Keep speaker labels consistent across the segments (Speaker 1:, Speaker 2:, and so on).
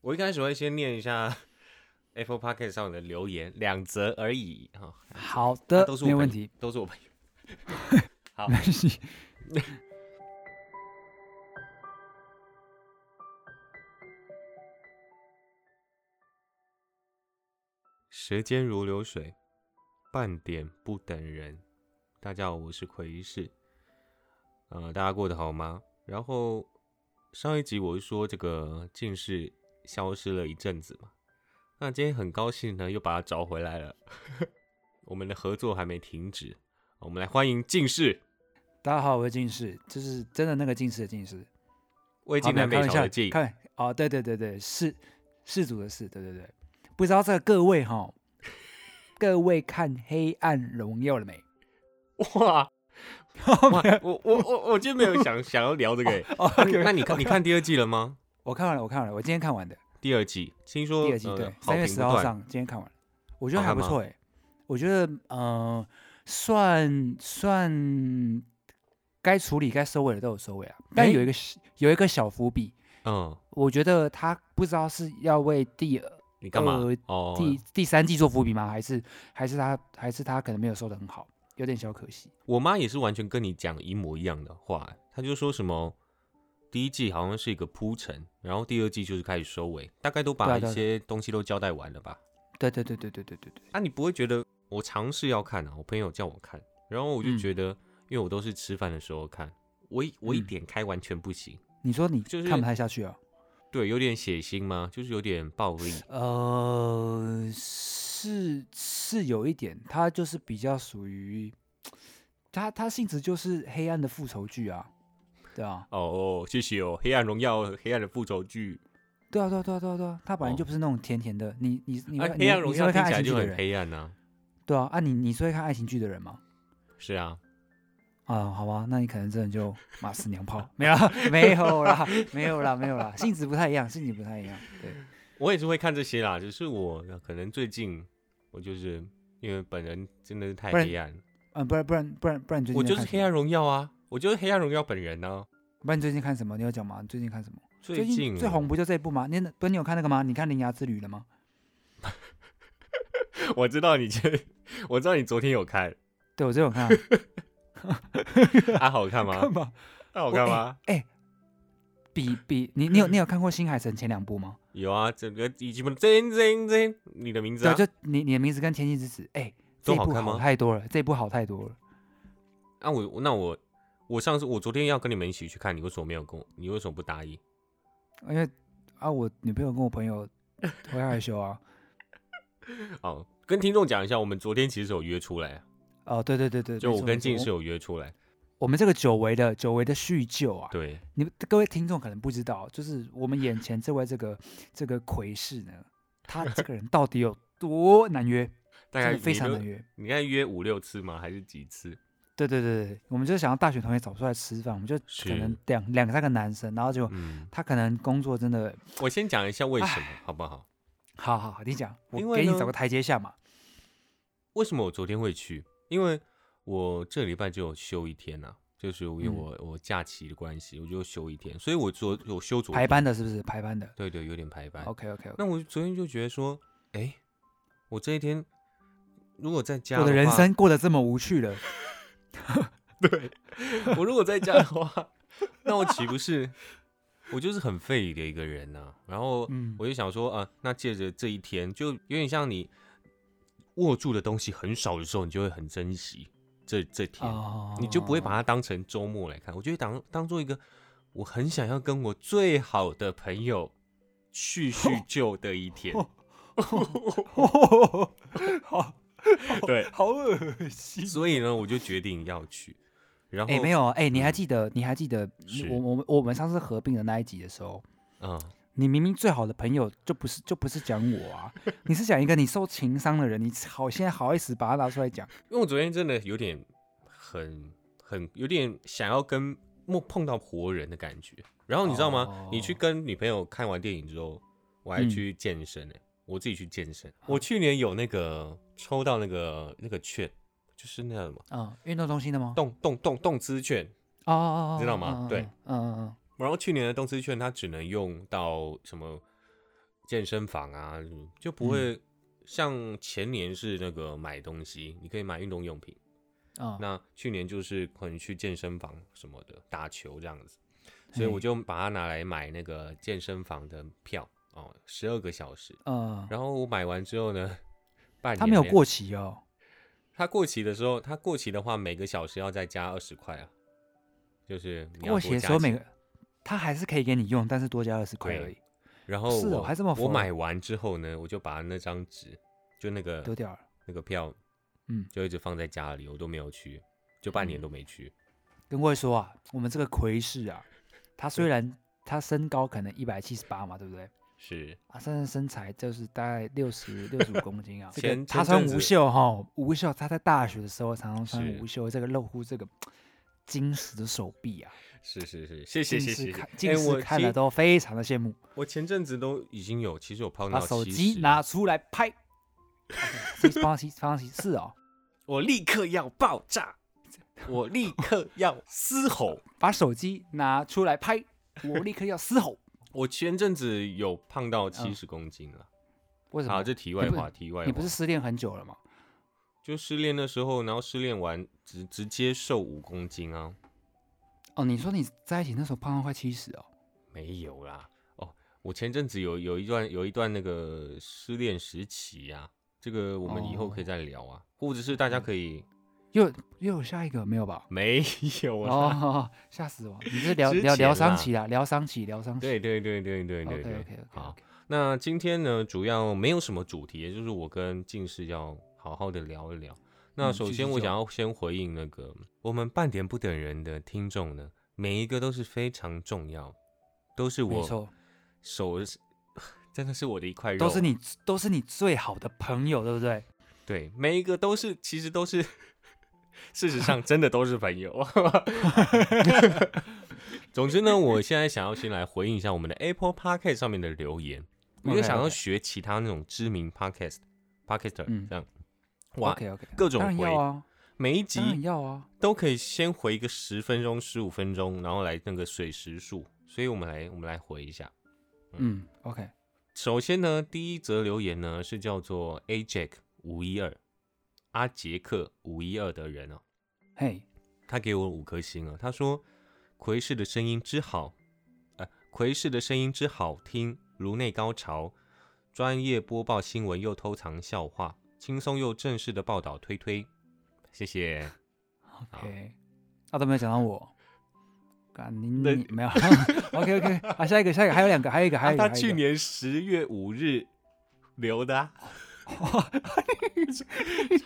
Speaker 1: 我一开始会先念一下 Apple p o c k e t 上的留言，两则而已哈、
Speaker 2: 好
Speaker 1: 啊
Speaker 2: 的
Speaker 1: 都，是我
Speaker 2: 没
Speaker 1: 朋
Speaker 2: 问
Speaker 1: 友
Speaker 2: 题，
Speaker 1: 都是我朋友。好
Speaker 2: 没关系。
Speaker 1: 时间如流水，半点不等人。大家好，我是奎一世。呃，大家过得好吗？然后上一集我是说这个近视消失了一阵子嘛，那今天很高兴呢，又把它找回来了。 我们的合作还没停止，我们来欢迎近视
Speaker 2: 大家好，我是近视，这是真的那个近视的近视，
Speaker 1: 魏
Speaker 2: 好
Speaker 1: 晋南
Speaker 2: 没有
Speaker 1: 北
Speaker 2: 开
Speaker 1: 朝的
Speaker 2: 玩
Speaker 1: 晋
Speaker 2: 笑，。看哦，对对对对，氏氏族的氏，对对对，不知道这个各位哈，各位看《黑暗荣耀》了没？
Speaker 1: 哇哇，我我我我今天没有想想要聊这个欸。
Speaker 2: 哦，
Speaker 1: 那你看你看第二季了吗？
Speaker 2: 我看完了，我看完了，我今天看完的
Speaker 1: 第二季，听说
Speaker 2: 第二季，对
Speaker 1: 呃，、好
Speaker 2: 三月
Speaker 1: 评不啊
Speaker 2: 十号
Speaker 1: 断。
Speaker 2: 上，今天看完了，我觉得
Speaker 1: 好
Speaker 2: 还
Speaker 1: 看
Speaker 2: 不
Speaker 1: 吗
Speaker 2: 错哎、我觉得呃，算算该处理、该收尾的都有收尾了，但
Speaker 1: 诶
Speaker 2: 有一个小有一个小伏笔，
Speaker 1: 嗯，
Speaker 2: 我觉得他不知道是要为第
Speaker 1: 你干嘛
Speaker 2: 呃？
Speaker 1: 哦，
Speaker 2: 第第三季做伏笔吗？还是还是他还是他可能没有收的很好，有点小可惜。
Speaker 1: 我妈也是完全跟你讲一模一样的话，欸她就说什么第一季好像是一个铺陈，然后第二季就是开始收尾，大概都
Speaker 2: 对
Speaker 1: 把
Speaker 2: 啊对
Speaker 1: 一
Speaker 2: 啊
Speaker 1: 些东西都交代完了吧？
Speaker 2: 对对对对对对对对，
Speaker 1: 啊，你不会觉得我尝试要看啊？我朋友叫我看，然后我就
Speaker 2: 嗯
Speaker 1: 觉得，因为我都是吃饭的时候看，我一我一
Speaker 2: 嗯
Speaker 1: 点开完全不行，
Speaker 2: 你说你
Speaker 1: 就是
Speaker 2: 看不太下去啊？
Speaker 1: 对，有点血腥吗？就是有点暴力，
Speaker 2: 呃，是是有一点，它就是比较属于，它它性质就是黑暗的复仇剧啊，对啊，
Speaker 1: 哦哦，谢谢哦，《黑暗荣耀》《黑暗的复仇剧
Speaker 2: 对啊，对啊，对啊，对啊，对啊，它本来就
Speaker 1: 哦
Speaker 2: 不是那种甜甜的，你你》你
Speaker 1: 啊，
Speaker 2: 会
Speaker 1: 《
Speaker 2: 你
Speaker 1: 黑暗
Speaker 2: 会
Speaker 1: 荣
Speaker 2: 你是
Speaker 1: 耀
Speaker 2: 会》
Speaker 1: 听
Speaker 2: 看
Speaker 1: 起
Speaker 2: 爱
Speaker 1: 来
Speaker 2: 情剧
Speaker 1: 就
Speaker 2: 的
Speaker 1: 很
Speaker 2: 人，
Speaker 1: 黑暗啊，
Speaker 2: 对啊，啊你你是会看爱情剧的人吗？
Speaker 1: 是啊，
Speaker 2: 啊，好吧，那你可能真的就马死娘炮，没有啦，没有啦，没有啦，没有啦，性质不太一样，性质不太一样，对，
Speaker 1: 我也是会看这些啦，只是我可能最近我就是因为本人真的是太
Speaker 2: 不然
Speaker 1: 黑暗，
Speaker 2: 嗯，不然不然不然不然你最近
Speaker 1: 我
Speaker 2: 在
Speaker 1: 就是
Speaker 2: 看
Speaker 1: 《
Speaker 2: 什
Speaker 1: 黑
Speaker 2: 么
Speaker 1: 暗荣耀》啊，我就是《黑暗荣耀》本人呢、
Speaker 2: 不然你最近看什么？你有讲吗？你最近看什么？最
Speaker 1: 近
Speaker 2: 最
Speaker 1: 哦
Speaker 2: 红，不就这一部吗？你不是你有看那个吗？你看《铃芽之旅》了吗？
Speaker 1: 我知道你这，我知道你昨天有看，
Speaker 2: 对我这有看啊，
Speaker 1: 啊，好 看吗？
Speaker 2: 嘛？
Speaker 1: 啊，好看吗？
Speaker 2: 比比你你有你有看过《新海诚》前两部吗？
Speaker 1: 有啊，整个已经不真真真，你的名字
Speaker 2: 对
Speaker 1: 啊，
Speaker 2: 啊，就你你的名字跟《天气之子》哎，这
Speaker 1: 都
Speaker 2: 一
Speaker 1: 好
Speaker 2: 部
Speaker 1: 看吗
Speaker 2: 好太多了，这一部好太多了。
Speaker 1: 啊，我我那我我上次我昨天要跟你们一起去看，你为什么没有跟我？你为什么不答应？
Speaker 2: 因为啊，我女朋友跟我朋友 会害羞啊。
Speaker 1: 哦，跟听众讲一下，我们昨天其实有约出来，啊
Speaker 2: 哦，对对对对，
Speaker 1: 就
Speaker 2: 没
Speaker 1: 我
Speaker 2: 错
Speaker 1: 跟
Speaker 2: 没错
Speaker 1: 近视有约出来，
Speaker 2: 我们这个久违的久违的叙旧啊，
Speaker 1: 对，
Speaker 2: 你们各位听众可能不知道，就是我们眼前这位这个这个魁士呢，他这个人到底有多难约，
Speaker 1: 大概
Speaker 2: 真的非
Speaker 1: 哎你
Speaker 2: 常
Speaker 1: 都
Speaker 2: 难约。
Speaker 1: 你看约五六次吗？还是几次？
Speaker 2: 对对对对，我们就想要大学同学找出来吃饭，我们就是可能两两三个男生，然后就
Speaker 1: 嗯，
Speaker 2: 他可能工作真的，
Speaker 1: 我先讲一下为什么，好不好？
Speaker 2: 好好好，你讲，
Speaker 1: 因
Speaker 2: 我
Speaker 1: 为
Speaker 2: 给你
Speaker 1: 呢
Speaker 2: 找个台阶下嘛。
Speaker 1: 为什么我昨天会去？因为我这礼拜就有休一天啊，就是因为
Speaker 2: 嗯
Speaker 1: 我、我假期的关系，我就休一天，所以我昨我休昨
Speaker 2: 排
Speaker 1: 天，
Speaker 2: 班的是不是？排班的。
Speaker 1: 对对，有点排班。
Speaker 2: OK OK，
Speaker 1: 那我昨天就觉得说，哎、我这一天如果在家
Speaker 2: 我的
Speaker 1: 话
Speaker 2: 人生过得这么无趣了，
Speaker 1: 我如果在家的 话，那我岂不是我就是很废的一个人呐、然后
Speaker 2: 嗯
Speaker 1: 我就想说啊、那借着这一天，就有点像你握住的东西很少的时候，你就会很珍惜这这天，
Speaker 2: 哦，
Speaker 1: 你就不会把它当成周末来看。我就会当当做一个我很想要跟我最好的朋友叙叙旧的一 天。
Speaker 2: 好
Speaker 1: 对，
Speaker 2: 好恶 心。
Speaker 1: 所以呢，我就决定要去。然后
Speaker 2: 哎、没有哎、你还
Speaker 1: 嗯
Speaker 2: 记得？你还记得
Speaker 1: 是
Speaker 2: 我我们我们上次合并的那一集的时候，
Speaker 1: 嗯，
Speaker 2: 你明明最好的朋友就不是就不是讲我 啊，你是讲一个你受情伤的人，你好现在好意思把它拿出 来讲？
Speaker 1: 因为我昨天真的有点很很有点想要跟碰碰到活人的感觉。然后你知道吗？
Speaker 2: 哦
Speaker 1: 你去跟女朋友看完电影之后，我还
Speaker 2: 嗯啊
Speaker 1: 去健身呢、我自己去健身。我去年有那个抽到那个那个券，就是那叫什么
Speaker 2: 嗯，运动中心的吗？
Speaker 1: 动动动动资券。
Speaker 2: 哦哦哦，
Speaker 1: 知道吗
Speaker 2: 嗯
Speaker 1: 对，
Speaker 2: 嗯嗯嗯嗯，
Speaker 1: 然后去年的动资券它只能用到什么健身房啊，就
Speaker 2: 嗯
Speaker 1: 不会像前年是那个买东西，你可以买运动用品。
Speaker 2: 啊，
Speaker 1: 那去年就是可能去健身房什么的打球这样子，所以我就把它拿来买那个健身房的票哦，十二个小时。
Speaker 2: 嗯，
Speaker 1: 然后我买完之后呢，半年
Speaker 2: 它没有
Speaker 1: 两
Speaker 2: 过，期哦，
Speaker 1: 它过期的时候，它过期的话每个小时要再加二十块啊，就是你要
Speaker 2: 过期
Speaker 1: 多
Speaker 2: 的
Speaker 1: 加
Speaker 2: 时候每
Speaker 1: 钱
Speaker 2: 个它还是可以给你用，但是多加二十块
Speaker 1: 对
Speaker 2: 而已，
Speaker 1: 然后
Speaker 2: 是哦
Speaker 1: 我
Speaker 2: 还这么
Speaker 1: 我
Speaker 2: 佛
Speaker 1: 买完之后呢，我就把那张纸就那个
Speaker 2: 丢掉了，
Speaker 1: 那个票，
Speaker 2: 嗯
Speaker 1: 就一直放在家里，我都没有去，就半年
Speaker 2: 嗯
Speaker 1: 都没去。
Speaker 2: 跟各位说啊，我们这个魁士啊，他虽然他身高可能一百七十八嘛，对不对？
Speaker 1: 是
Speaker 2: 啊，但是身材就是大概六十 六十五公斤啊。这个
Speaker 1: 前
Speaker 2: 他
Speaker 1: 前
Speaker 2: 穿
Speaker 1: 阵子
Speaker 2: 无袖哈，无袖，他在大学的时候常常穿
Speaker 1: 是
Speaker 2: 无袖，这个露出这个金石的手臂啊，
Speaker 1: 是是是，谢谢
Speaker 2: 近
Speaker 1: 谢
Speaker 2: 视
Speaker 1: 谢。
Speaker 2: 看
Speaker 1: 哎
Speaker 2: 近视
Speaker 1: 我
Speaker 2: 看
Speaker 1: 其
Speaker 2: 了都非常的羡慕。
Speaker 1: 我前阵子都已经有，其实有胖
Speaker 2: 把
Speaker 1: 到
Speaker 2: 手
Speaker 1: 70
Speaker 2: 机拿，出来拍，放西放西是哦，
Speaker 1: 我立刻要爆炸，我 立刻要嘶吼。
Speaker 2: 把手机拿出来拍，我立刻要嘶吼。
Speaker 1: 我前阵子有胖到七十公斤了。
Speaker 2: 嗯为什
Speaker 1: 好，
Speaker 2: 么？
Speaker 1: 这题外
Speaker 2: 你不
Speaker 1: 话，题外话。
Speaker 2: 你不是失恋很久了吗？
Speaker 1: 就失恋的时候，然后失恋完直直接瘦五公斤啊？
Speaker 2: 哦，你说你在一起那时候胖到快七十哦，
Speaker 1: 没有啦。哦，我前阵子有有一段有一段那个失恋时期啊，这个我们以
Speaker 2: 哦
Speaker 1: 后可以再聊啊，或者是大
Speaker 2: 嗯
Speaker 1: 家可以
Speaker 2: 又又有下一个没有吧？
Speaker 1: 没有啊？
Speaker 2: 哦， 吓死我！你这疗
Speaker 1: 之
Speaker 2: 疗疗
Speaker 1: 前啦
Speaker 2: 伤期啦，疗伤期，疗伤期。
Speaker 1: 对对对对对对
Speaker 2: OK
Speaker 1: 对
Speaker 2: OK OK。
Speaker 1: 好，那今天呢，主要没有什么主题，也就是我跟近视要好好的聊一聊。那
Speaker 2: 嗯
Speaker 1: 首
Speaker 2: 继续
Speaker 1: 先，我
Speaker 2: 走
Speaker 1: 想要先回应那个我们半点不等人的听众呢，每一个都是非常重要，都是
Speaker 2: 没
Speaker 1: 我
Speaker 2: 错，
Speaker 1: 手 是真的是我的一块肉，
Speaker 2: 都是你都是你最好的朋友，对不对？
Speaker 1: 对，每一个都是其实都是， 事实上真的都是朋友。 总之呢，我现在想要先来回应一下我们的 Apple Podcast 上面的留言，我就
Speaker 2: OK，
Speaker 1: 想要
Speaker 2: OK
Speaker 1: 学其他那种知名 Podcast Podcaster
Speaker 2: 嗯
Speaker 1: 这样，哇，
Speaker 2: ，OK OK，
Speaker 1: 各种
Speaker 2: 当然
Speaker 1: 回
Speaker 2: 要啊，
Speaker 1: 每一
Speaker 2: 当然
Speaker 1: 集
Speaker 2: 要啊。
Speaker 1: 都可以先回一个十分钟、十五分钟，然后来那个水时数。所以我们来我们来回一下。
Speaker 2: 嗯，OK，
Speaker 1: 首先呢，第一则留言呢是叫做 A Jack 五一二阿杰克五一二的人哦，
Speaker 2: 嘿，
Speaker 1: 他给我五颗星啊，他说奎氏的声音之好，呃，奎氏的声音之好听，颅内高潮，专业播报新闻又偷藏笑话，轻松又正式的报道，推推，谢谢。
Speaker 2: OK，啊都没有讲到我，啊你
Speaker 1: 那
Speaker 2: 你 没有 ？OK OK，啊下一个下一个还有两个，还有一个还有一个，
Speaker 1: 啊他
Speaker 2: 还有一
Speaker 1: 去
Speaker 2: 个
Speaker 1: 年十月五日留的、 啊，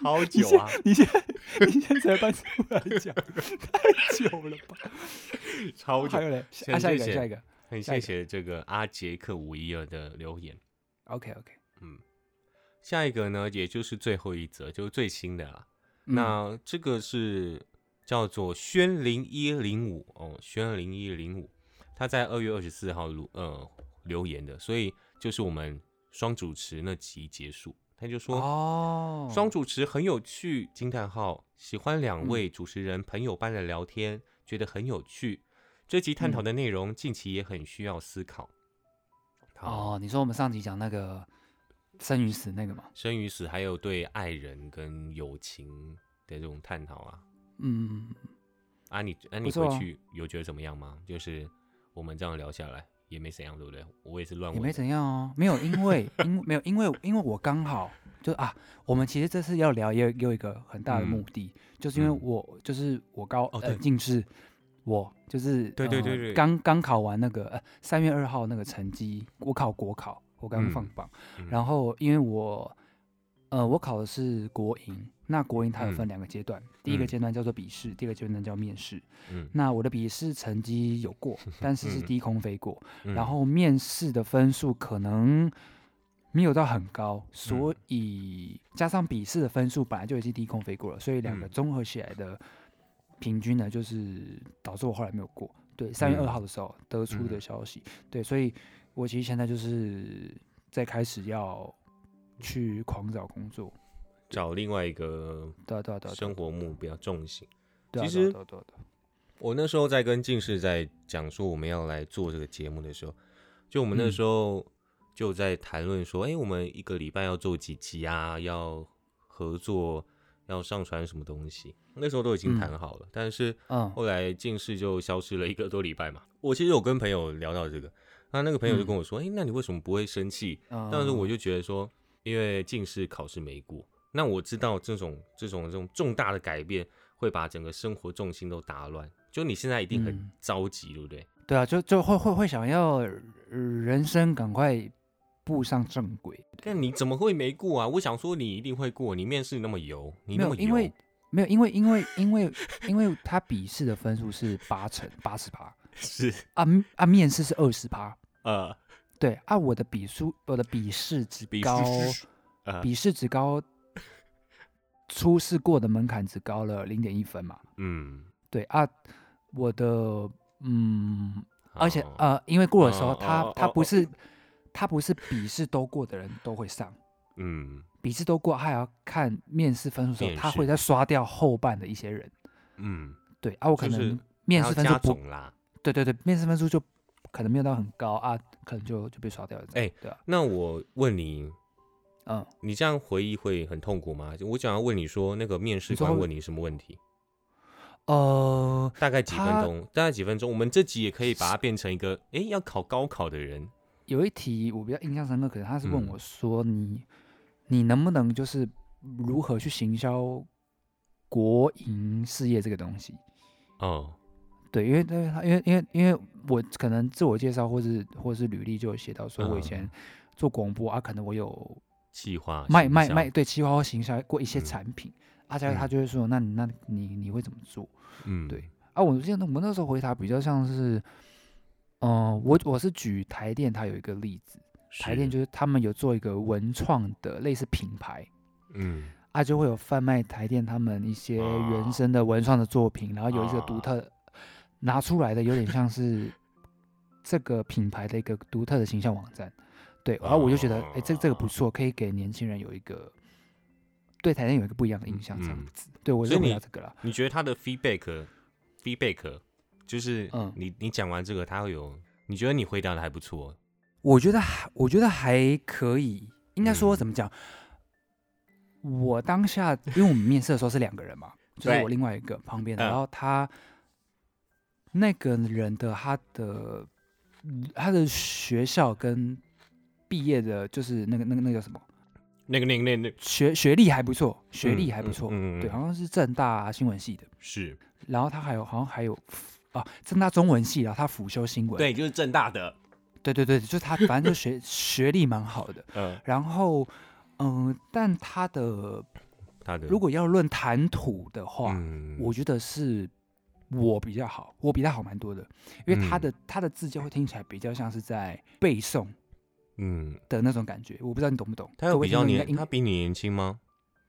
Speaker 1: 超久啊，
Speaker 2: 你现在你现在才搬出来讲，太久了吧？
Speaker 1: 超久
Speaker 2: 还，有嘞，
Speaker 1: 先
Speaker 2: 啊下一
Speaker 1: 谢
Speaker 2: 个
Speaker 1: 谢
Speaker 2: 下一个
Speaker 1: 很
Speaker 2: 下一
Speaker 1: 谢
Speaker 2: 个
Speaker 1: 谢这个阿杰克五一二的留言。
Speaker 2: ，OK OK，
Speaker 1: 下一个呢，也就是最后一则，就是最新的啊啦。
Speaker 2: 嗯
Speaker 1: 那这个是叫做轩零一零五哦，轩零一零五，他在二月二十四号录呃留言的，所以就是我们双主持那集结束，他就说、
Speaker 2: 哦，
Speaker 1: 双主持很有趣，惊叹号！喜欢
Speaker 2: 嗯
Speaker 1: 两位主持人朋友般的聊天，觉得很有趣。这集探讨
Speaker 2: 嗯
Speaker 1: 的内容近期也很需要思考。好，
Speaker 2: 哦，你说我们上集讲那个生与死那个嘛？
Speaker 1: 生与死，还有对爱人跟友情的这种探讨啊。
Speaker 2: 嗯，
Speaker 1: 啊你，啊你
Speaker 2: 不错
Speaker 1: 回
Speaker 2: 啊
Speaker 1: 去有觉得怎么样吗？就是我们这样聊下来也没怎样，对不对？我也是乱
Speaker 2: 也
Speaker 1: 问
Speaker 2: 没
Speaker 1: 的，
Speaker 2: 怎样哦，没有，因为因没有，因为因为我刚好就啊，我们其实这次要聊也有也有一个很大的
Speaker 1: 嗯
Speaker 2: 目的，就是因为
Speaker 1: 嗯
Speaker 2: 我就是我高
Speaker 1: 哦
Speaker 2: 呃
Speaker 1: 对
Speaker 2: 近视，我就是
Speaker 1: 对对对
Speaker 2: 呃
Speaker 1: 对
Speaker 2: 刚刚考完那个呃三月二号那个成绩，我考国考，我刚放
Speaker 1: 嗯
Speaker 2: 榜，
Speaker 1: 嗯
Speaker 2: 然后因为我呃我考的是国营，那国营它有
Speaker 1: 嗯
Speaker 2: 分两个阶段，第一个
Speaker 1: 嗯
Speaker 2: 阶段叫做笔试，第二个阶段叫面试，
Speaker 1: 嗯，
Speaker 2: 那我的笔试成绩有过，但是是
Speaker 1: 嗯
Speaker 2: 低空飞过，
Speaker 1: 嗯
Speaker 2: 然后面试的分数可能没有到很高，
Speaker 1: 嗯
Speaker 2: 所以加上笔试的分数本来就已经低空飞过了，所以两个
Speaker 1: 嗯
Speaker 2: 综合起来的平均呢，就是导致我后来没有过。对，三月
Speaker 1: 嗯
Speaker 2: 二号的时候得出的
Speaker 1: 嗯
Speaker 2: 消息，对，所以我其实现在就是在开始要去狂找工作，
Speaker 1: 找另外一个
Speaker 2: 对啊对啊对啊，对啊
Speaker 1: 生活目标重心。
Speaker 2: 对啊
Speaker 1: 其
Speaker 2: 对啊
Speaker 1: 实
Speaker 2: 对啊对啊对啊
Speaker 1: 我那时候
Speaker 2: 嗯
Speaker 1: 在跟近视在讲说我们要来做这个节目的时候，就我们那时候就在谈论说，哎、我们一个礼拜要做几集啊，要合作，要上传什么东西，那时候都已经谈好了，但是
Speaker 2: 嗯
Speaker 1: 后来近视就消失了一个多礼拜嘛。我其实有跟朋友聊到这个，那那个朋友就跟我说：“哎、那你为什么不会生气？”
Speaker 2: 嗯，
Speaker 1: 当时我就觉得说，因为近视考试没过，那我知道这种这种这种重大的改变会把整个生活重心都打乱。就你现在一定很
Speaker 2: 嗯
Speaker 1: 着急，对不对？
Speaker 2: 对啊，就就会会会想要呃人生赶快步上正轨，
Speaker 1: 但你怎么会没过啊？我想说你一定会过，你面试那么油，你
Speaker 2: 没
Speaker 1: 那
Speaker 2: 有
Speaker 1: 么油，
Speaker 2: 因为没有因为因为因为因为他笔试的分数是八成八十趴
Speaker 1: 是
Speaker 2: 啊嗯啊面试是二十趴，
Speaker 1: 呃，
Speaker 2: 对啊我的笔数我的笔试只
Speaker 1: 比
Speaker 2: 高
Speaker 1: 呃，
Speaker 2: 笔试只高初试过的门槛只高了零点一分嘛，
Speaker 1: 嗯，
Speaker 2: 对啊我的嗯而且
Speaker 1: 好
Speaker 2: 呃，因为过的时候，
Speaker 1: 哦
Speaker 2: 他
Speaker 1: 哦
Speaker 2: 他
Speaker 1: 哦
Speaker 2: 不
Speaker 1: 哦
Speaker 2: 是他不是笔试都过的人都会上，
Speaker 1: 嗯
Speaker 2: 笔试都过，他还要看面试分数的时候，
Speaker 1: 面
Speaker 2: 他会
Speaker 1: 试
Speaker 2: 再刷掉后半的一些人。
Speaker 1: 嗯，
Speaker 2: 对啊，我可
Speaker 1: 就是
Speaker 2: 能面
Speaker 1: 还
Speaker 2: 试
Speaker 1: 要
Speaker 2: 分数
Speaker 1: 加
Speaker 2: 不，
Speaker 1: 总啦。
Speaker 2: 对对对，面试分数就可能没有到很高啊，可能就就被刷掉了。
Speaker 1: 哎
Speaker 2: 对啊，
Speaker 1: 那我问你，
Speaker 2: 嗯，
Speaker 1: 你这样回忆会很痛苦吗？我想要问你说，那个面试
Speaker 2: 你说
Speaker 1: 官
Speaker 2: 会
Speaker 1: 问你什么问题？
Speaker 2: 呃，
Speaker 1: 大概几分
Speaker 2: 他
Speaker 1: 钟？大概几分钟？我们这集也可以把它变成一个，诶，要考高考的人，
Speaker 2: 有一题我比较印象深刻，可能他是问
Speaker 1: 嗯
Speaker 2: 我说你、你能不能就是如何去行销国营事业这个东西？
Speaker 1: 哦，
Speaker 2: 对，因为因为他因为因为因为我可能自我介绍或是或是履历就有写到说我以前
Speaker 1: 嗯
Speaker 2: 做广播啊，可能我有
Speaker 1: 计划
Speaker 2: 卖
Speaker 1: 行
Speaker 2: 卖
Speaker 1: 销
Speaker 2: 卖，对企划或行销过一些
Speaker 1: 嗯
Speaker 2: 产品，啊，加上他
Speaker 1: 嗯
Speaker 2: 就会说，那你那你你会怎么做？
Speaker 1: 嗯，
Speaker 2: 对，啊，我记得我们那时候回答比较像是，嗯、我我是举台电，它有一个例子，台电
Speaker 1: 是
Speaker 2: 就是他们有做一个文创的类似品牌，
Speaker 1: 嗯
Speaker 2: 啊，就会有贩卖台电他们一些
Speaker 1: 啊
Speaker 2: 原生的文创的作品，然后有一个独
Speaker 1: 啊
Speaker 2: 特拿出来的，有点像是这个品牌的一个独特的形象网站。对，然后我就觉得，哎、这这个
Speaker 1: 啊
Speaker 2: 不错，可以给年轻人有一个对台电有一个不一样的印象，这样
Speaker 1: 嗯
Speaker 2: 子。对我
Speaker 1: 所以
Speaker 2: 就回
Speaker 1: 你
Speaker 2: 答这个了。
Speaker 1: 你觉得他的 feedback feedback 就是
Speaker 2: 嗯
Speaker 1: 你你讲完这个，他会有你觉得你回答的还不错，
Speaker 2: 我觉得还，我觉得还可以，应该
Speaker 1: 嗯
Speaker 2: 说怎么讲？我当下，因为我们面试的时候是两个人嘛，就是
Speaker 1: 对
Speaker 2: 我另外一个旁边的，
Speaker 1: 嗯
Speaker 2: 然后他那个人的他的嗯他的学校跟毕业的，就是那个那个那个叫什么
Speaker 1: 那个那个那个那个
Speaker 2: 学学历还不错，学历
Speaker 1: 嗯
Speaker 2: 还不
Speaker 1: 嗯
Speaker 2: 错，
Speaker 1: 嗯嗯
Speaker 2: 对，
Speaker 1: 嗯
Speaker 2: 好像是正大、新闻系的，
Speaker 1: 是
Speaker 2: 然后他还有好像还有啊正大中文系，然后他辅修新闻，
Speaker 1: 对，就是正大的，
Speaker 2: 对对对，就是他反正就学 学历蛮好的。
Speaker 1: 嗯，
Speaker 2: 然后，嗯、但他的
Speaker 1: 他的
Speaker 2: 如果要论谈吐的话，
Speaker 1: 嗯
Speaker 2: 我觉得是我比较好，我比他好蛮多的，因为他
Speaker 1: 嗯
Speaker 2: 的、他的字就会听起来比较像是在背诵
Speaker 1: 嗯，
Speaker 2: 的那种感觉，我不知道你懂不懂。
Speaker 1: 他
Speaker 2: 各
Speaker 1: 有
Speaker 2: 位
Speaker 1: 比
Speaker 2: 听
Speaker 1: 较
Speaker 2: 众应该
Speaker 1: 年，
Speaker 2: 应
Speaker 1: 他比你年轻吗？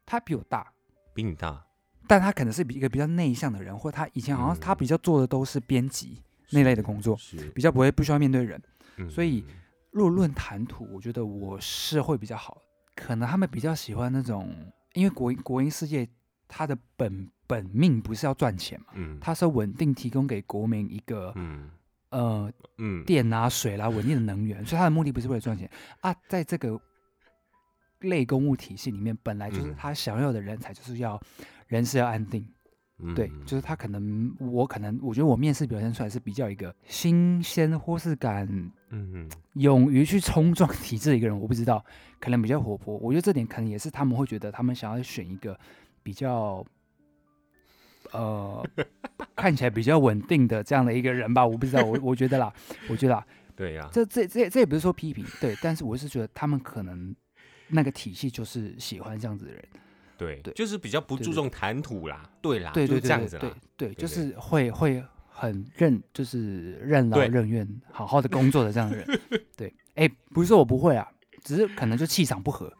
Speaker 2: 他比我大，
Speaker 1: 比你大
Speaker 2: 但他可能是比一个比较内向的人，或他以前好像他
Speaker 1: 嗯
Speaker 2: 比较做的都是编辑那类的工作，
Speaker 1: 是，
Speaker 2: 比较不会不需要面对人。
Speaker 1: 嗯
Speaker 2: 所以
Speaker 1: 嗯
Speaker 2: 若论谈吐，我觉得我是会比较好。可能他们比较喜欢那种，因为国营国营事业它的本本命不是要赚钱嘛，
Speaker 1: 嗯，
Speaker 2: 它是要稳定提供给国民一个
Speaker 1: 嗯
Speaker 2: 呃
Speaker 1: 嗯
Speaker 2: 电啊、水啦、稳定的能源，所以它的目的不是为了赚钱啊。在这个类公务体系里面，本来就是
Speaker 1: 嗯
Speaker 2: 他想要的人才就是要人是要安定，
Speaker 1: 嗯
Speaker 2: 对，就是他可能我可能我觉得我面试表现出来是比较一个新鲜或是敢
Speaker 1: 嗯嗯
Speaker 2: 勇于去冲撞体制的一个人，我不知道，可能比较活泼。我觉得这点可能也是他们会觉得他们想要选一个比较，呃， 看起来比较稳定的这样的一个人吧。我不知道，我我觉得啦，我觉得啦，
Speaker 1: 对呀，
Speaker 2: 这这这这也不是说批评，对，但是我是觉得他们可能那个体系就是喜欢这样子的人，啊
Speaker 1: 对，
Speaker 2: 对
Speaker 1: 就是比较不
Speaker 2: 对
Speaker 1: 注
Speaker 2: 对
Speaker 1: 重谈吐啦，对啦，
Speaker 2: 对
Speaker 1: 啊就是
Speaker 2: 对对
Speaker 1: 这样
Speaker 2: 对
Speaker 1: 子
Speaker 2: 对
Speaker 1: 啦，
Speaker 2: 对，
Speaker 1: 对对
Speaker 2: 就是会会很任，就是任劳
Speaker 1: 对
Speaker 2: 任怨，好好的工作的这样的人，对，哎，不是说我不会啊，只是可能就气场不合。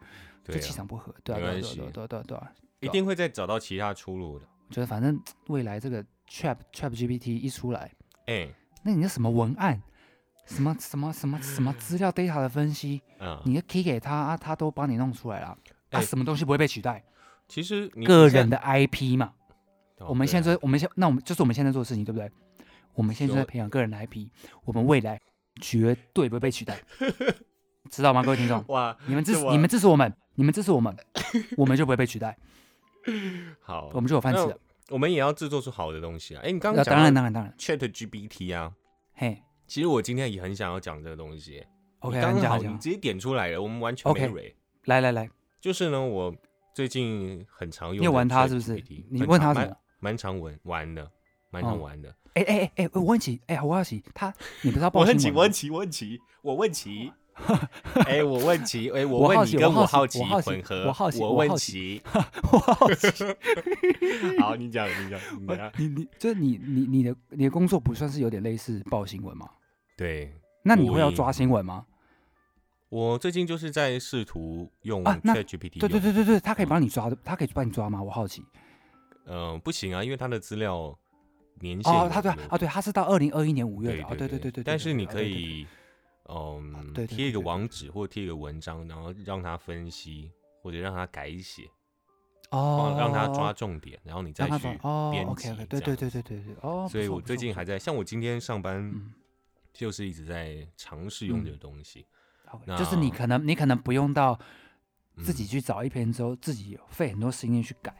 Speaker 1: 对
Speaker 2: 就
Speaker 1: 啊，
Speaker 2: 气场不合，对啊，
Speaker 1: 没
Speaker 2: 对啊，
Speaker 1: 关
Speaker 2: 对啊对啊
Speaker 1: 系
Speaker 2: 对啊对啊对啊，
Speaker 1: 一定会再找到其他出路的。
Speaker 2: 我觉得反正未来这个 Chat Chat GPT 一出来，
Speaker 1: 哎，
Speaker 2: 那你的什么文案，什么什么什么什么资料 data 的分析，
Speaker 1: 嗯，
Speaker 2: 你 key 给他啊，他都帮你弄出来了。啊，
Speaker 1: 哎
Speaker 2: 什么东西不会被取代？
Speaker 1: 其实你
Speaker 2: 个
Speaker 1: 现
Speaker 2: 人的 IP 嘛，
Speaker 1: 在，哦
Speaker 2: 我们
Speaker 1: 对
Speaker 2: 现在
Speaker 1: 啊
Speaker 2: 做，我们现那我们就是我们现在做的事情，对不对？我们现在就在
Speaker 1: 有
Speaker 2: 培养个人的 IP，我们未来绝对不会被取代。知道吗？各位听众，
Speaker 1: 哇，
Speaker 2: 你 们支持
Speaker 1: 这么
Speaker 2: 你们支持我们，你们支持我们，我们就不会被取代，
Speaker 1: 好，
Speaker 2: 我们就有饭吃
Speaker 1: 哦那
Speaker 2: 了。
Speaker 1: 我们也要制作出好的东西啊。哎、你刚
Speaker 2: 那
Speaker 1: 刚
Speaker 2: 当
Speaker 1: 讲到
Speaker 2: 然当然当然，
Speaker 1: Chat GPT 啊，
Speaker 2: 嘿
Speaker 1: 其实我今天也很想要讲这个东西。
Speaker 2: ，OK，
Speaker 1: 你刚
Speaker 2: 很
Speaker 1: 好
Speaker 2: 讲
Speaker 1: 你
Speaker 2: 讲，
Speaker 1: 直接点出来了，我们完全
Speaker 2: OK
Speaker 1: 没蕊。
Speaker 2: 来来来，
Speaker 1: 就是呢，我最近很常用。
Speaker 2: 你有玩它是不是？你问他什么
Speaker 1: 蛮？蛮常玩玩的，蛮常玩的。
Speaker 2: 哎哎哎哎，我问起，哎、我问起他，你不是要报
Speaker 1: 我问
Speaker 2: 新
Speaker 1: 齐，
Speaker 2: 闻
Speaker 1: 我问
Speaker 2: 吗
Speaker 1: 齐，我问齐，我问 齐。哎，我问齐，哎，
Speaker 2: 我
Speaker 1: 问
Speaker 2: 好
Speaker 1: 你
Speaker 2: 奇
Speaker 1: 跟
Speaker 2: 我好
Speaker 1: 好
Speaker 2: 奇
Speaker 1: 奇
Speaker 2: 我好奇
Speaker 1: 混合，
Speaker 2: 我好奇我
Speaker 1: 问
Speaker 2: 好
Speaker 1: 齐。
Speaker 2: 我 好奇，
Speaker 1: 好，你讲，你讲，你讲。
Speaker 2: 你你就是你你你的你的工作不算是有点类似报新闻吗？
Speaker 1: 对
Speaker 2: 那你
Speaker 1: 我
Speaker 2: 会要
Speaker 1: 也
Speaker 2: 抓新闻吗？
Speaker 1: 我最近就是在试图用
Speaker 2: 啊那
Speaker 1: ChatGPT，
Speaker 2: 对对
Speaker 1: 用，
Speaker 2: 对对对，他可以帮你抓的，他可以帮你抓吗？我好奇。
Speaker 1: 嗯，不行啊，因为它的资料年限
Speaker 2: 哦，他对
Speaker 1: 有
Speaker 2: 啊，对，他是到二零二一年五月的。哦，对
Speaker 1: 对
Speaker 2: 对对对。
Speaker 1: 但
Speaker 2: 对
Speaker 1: 是
Speaker 2: 对
Speaker 1: 你
Speaker 2: 哦
Speaker 1: 可
Speaker 2: 对对对
Speaker 1: 以，嗯，
Speaker 2: 对对对
Speaker 1: 贴一个
Speaker 2: 对对
Speaker 1: 网址或贴一个文章，然后让他分析或者让他改写，
Speaker 2: 哦
Speaker 1: 让，让他抓重点，然后你再
Speaker 2: 让他
Speaker 1: 去
Speaker 2: 抓哦
Speaker 1: 编辑。
Speaker 2: ，OK OK，对
Speaker 1: 这
Speaker 2: 对
Speaker 1: 样
Speaker 2: 对对对对哦。
Speaker 1: 所以我最近
Speaker 2: 还
Speaker 1: 还在，像我今天上班
Speaker 2: 嗯
Speaker 1: 就是一直在尝试用这个东西，
Speaker 2: 就是你
Speaker 1: 那
Speaker 2: 可能你可能不用到自己
Speaker 1: 嗯
Speaker 2: 去找一篇之后，自己费很多心力去改，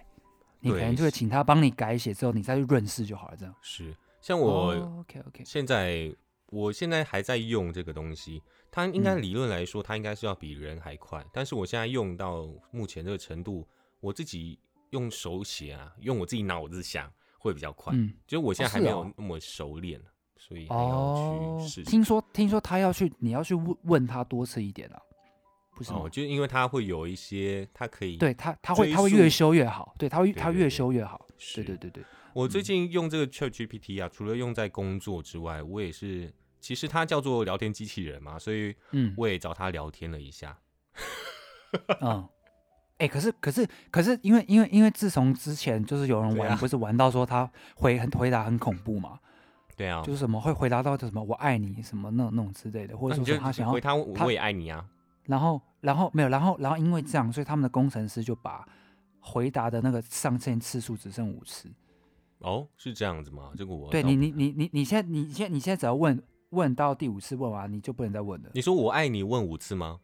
Speaker 2: 你可
Speaker 1: 对
Speaker 2: 能就会请他帮你改写之后，你再去润饰就好了，这样。
Speaker 1: 嗯是像我
Speaker 2: OK OK，
Speaker 1: 现在。我现在还在用这个东西，它应该
Speaker 2: 嗯
Speaker 1: 理论来说，它应该是要比人还快。但是我现在用到目前这个程度，我自己用手写啊，用我自己脑子想会比较快。
Speaker 2: 嗯，
Speaker 1: 就我现在还没
Speaker 2: 哦是
Speaker 1: 有
Speaker 2: 哦
Speaker 1: 那么熟练，所以还要
Speaker 2: 哦
Speaker 1: 去，试试。
Speaker 2: 听说听说他要去，你要去问问他多次一点啊，不是吗？
Speaker 1: 哦，就是因为它会有一些，它可以。
Speaker 2: 对他，他会
Speaker 1: 追
Speaker 2: 他会越
Speaker 1: 溯
Speaker 2: 修越好，对他会
Speaker 1: 对
Speaker 2: 他
Speaker 1: 对
Speaker 2: 越
Speaker 1: 对
Speaker 2: 修越好，
Speaker 1: 是
Speaker 2: 对对嗯对对，
Speaker 1: 我最近用这个 Chat GPT 啊，除了用在工作之外，我也是，其实它叫做聊天机器人嘛，所以
Speaker 2: 嗯
Speaker 1: 我也找它聊天了一下。
Speaker 2: 嗯，哎，可是可是可是因为因为因为自从之前就是有人
Speaker 1: 对
Speaker 2: 玩，
Speaker 1: 啊
Speaker 2: 不是玩到说他回很回答很恐怖嘛，
Speaker 1: 对啊，
Speaker 2: 就是什么会回答到什么我爱你什么那种那种之类的，或
Speaker 1: 那
Speaker 2: 者
Speaker 1: 你就
Speaker 2: 说什么他想
Speaker 1: 回
Speaker 2: 要，
Speaker 1: 他，我
Speaker 2: 他
Speaker 1: 我也爱你啊。
Speaker 2: 然后然后没有，然后然后因为这样，所以他们的工程师就把回答的那个上线次数只剩五次。
Speaker 1: 哦，是这样子吗？这个我
Speaker 2: 对
Speaker 1: 倒
Speaker 2: 你
Speaker 1: 不
Speaker 2: 你你你你现在你现在你现在只要问问到第五次问完，你就不能再问了。
Speaker 1: 你说我爱你问五次吗？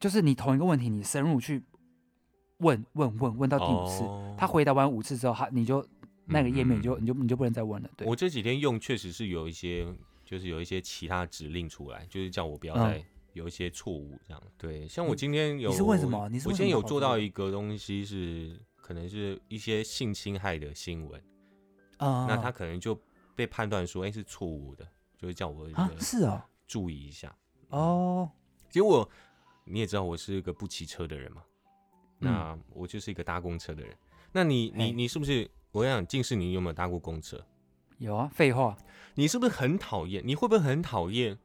Speaker 2: 就是你同一个问题，你深入去问问问问到第五次，
Speaker 1: 哦
Speaker 2: 他回答完五次之后，他你就那个页面你就、
Speaker 1: 嗯嗯
Speaker 2: 你就你就不能再问了。对，
Speaker 1: 我这几天用确实是有一些，就是有一些其他指令出来，就是叫我不要
Speaker 2: 嗯
Speaker 1: 再有一些错误这样。对，像我今天有，
Speaker 2: 你是问什么你是
Speaker 1: 我
Speaker 2: 问
Speaker 1: 今天
Speaker 2: 什么
Speaker 1: 有
Speaker 2: 好
Speaker 1: 做
Speaker 2: 处
Speaker 1: 到一个东西是，可能是一些性侵害的新闻，
Speaker 2: 啊、
Speaker 1: 那他可能就被判断说，哎、是错误的，就是叫我
Speaker 2: 啊
Speaker 1: 呃
Speaker 2: 是哦
Speaker 1: 注意一下。
Speaker 2: 哦
Speaker 1: 结果你也知道，我是一个不骑车的人嘛，
Speaker 2: 嗯
Speaker 1: 那我就是一个搭公车的人。那你
Speaker 2: 嘿
Speaker 1: 你你是不是？我想近视，你有没有搭过公车？
Speaker 2: 有啊，废话，
Speaker 1: 你是不是很讨厌？你会不会很讨厌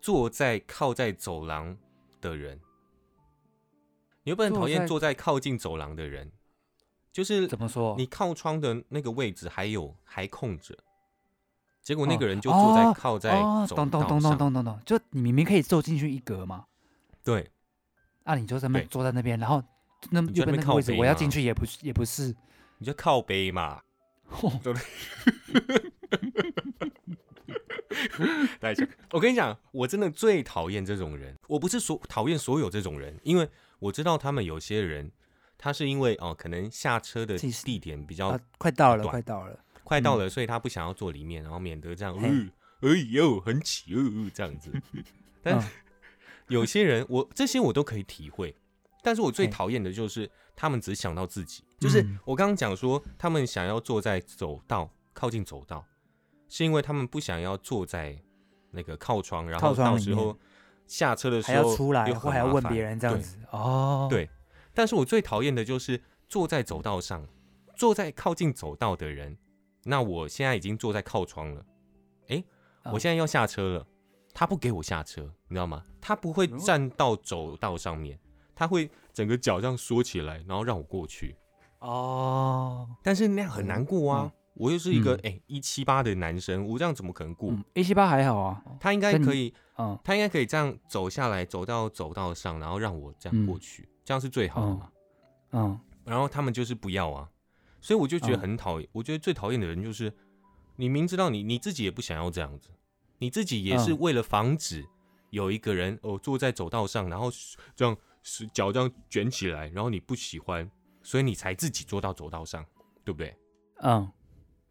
Speaker 1: 坐在靠在走廊的人？你会不会很讨厌
Speaker 2: 坐
Speaker 1: 坐在靠近走廊的人？就是
Speaker 2: 怎么说？
Speaker 1: 你靠窗的那个位置还有还空着，结果那
Speaker 2: 哦
Speaker 1: 个人就坐在
Speaker 2: 哦
Speaker 1: 靠在
Speaker 2: 哦，
Speaker 1: 走
Speaker 2: 懂懂
Speaker 1: 道
Speaker 2: 懂懂
Speaker 1: 上。
Speaker 2: 懂懂懂，就你明明可以坐进去一格嘛，
Speaker 1: 对，
Speaker 2: 啊你就在那边
Speaker 1: 对
Speaker 2: 坐在那边，然后那
Speaker 1: 你在
Speaker 2: 右
Speaker 1: 那边
Speaker 2: 边那个
Speaker 1: 靠
Speaker 2: 位置
Speaker 1: 北
Speaker 2: 我要
Speaker 1: 嘛
Speaker 2: 进去也不是也不是，
Speaker 1: 你就靠背嘛，
Speaker 2: 哦
Speaker 1: 大家想我跟你讲，我真的最讨厌这种人。我不是所讨厌所有这种人，因为我知道他们有些人，他是因为哦、可能下车的
Speaker 2: 自己是
Speaker 1: 地点比较
Speaker 2: 啊快到了
Speaker 1: 短
Speaker 2: 快到了，
Speaker 1: 快到了，所以他不想要坐里面，然后免得这样，
Speaker 2: 嗯嘿
Speaker 1: 嗯，哎呦，很挤，哦、呃，这 样子。但
Speaker 2: 嗯
Speaker 1: 有些人，我这些我都可以体会，但是我最
Speaker 2: 嘿
Speaker 1: 讨厌的就是他们只想到自己，就是
Speaker 2: 嗯
Speaker 1: 我刚刚讲说，他们想要坐在走道靠近走道，是因为他们不想要坐在那个靠窗，然后
Speaker 2: 靠窗
Speaker 1: 到
Speaker 2: 里
Speaker 1: 时候
Speaker 2: 面
Speaker 1: 下车的时
Speaker 2: 还
Speaker 1: 候
Speaker 2: 要出来
Speaker 1: 又
Speaker 2: 或
Speaker 1: 很
Speaker 2: 还要
Speaker 1: 麻
Speaker 2: 问
Speaker 1: 烦
Speaker 2: 别人这样
Speaker 1: 对
Speaker 2: 子哦，
Speaker 1: 对但是我最讨厌的就是坐在走道上，坐在靠近走道的人。那我现在已经坐在靠窗了，诶，
Speaker 2: 啊
Speaker 1: 我现在要下车了，他不给我下车，你知道吗？他不会
Speaker 2: 哦
Speaker 1: 站到走道上面，他会整个脚这样缩起来，然后让我过去。
Speaker 2: 哦。
Speaker 1: 但是那样很难过
Speaker 2: 嗯
Speaker 1: 啊，我又是一个诶一七八的男生，我这样怎么可能过？
Speaker 2: 嗯，A 七八还好啊，
Speaker 1: 他应该
Speaker 2: 跟你
Speaker 1: 可以，
Speaker 2: 嗯，
Speaker 1: 他应该可以这样走下来，走到走道上，然后让我这样过
Speaker 2: 嗯
Speaker 1: 去，这样是最好的
Speaker 2: 嗯
Speaker 1: 嘛。
Speaker 2: 嗯，
Speaker 1: 然后他们就是不要啊，所以我就觉得很讨厌。我觉得最讨厌的人就是，你明知道你你自己也不想要这样子，你自己也是
Speaker 2: 嗯
Speaker 1: 为了防止有一个人哦坐在走道上，然后这样是脚这样卷起来，然后你不喜欢，所以你才自己坐到走道上，对不对？
Speaker 2: 嗯，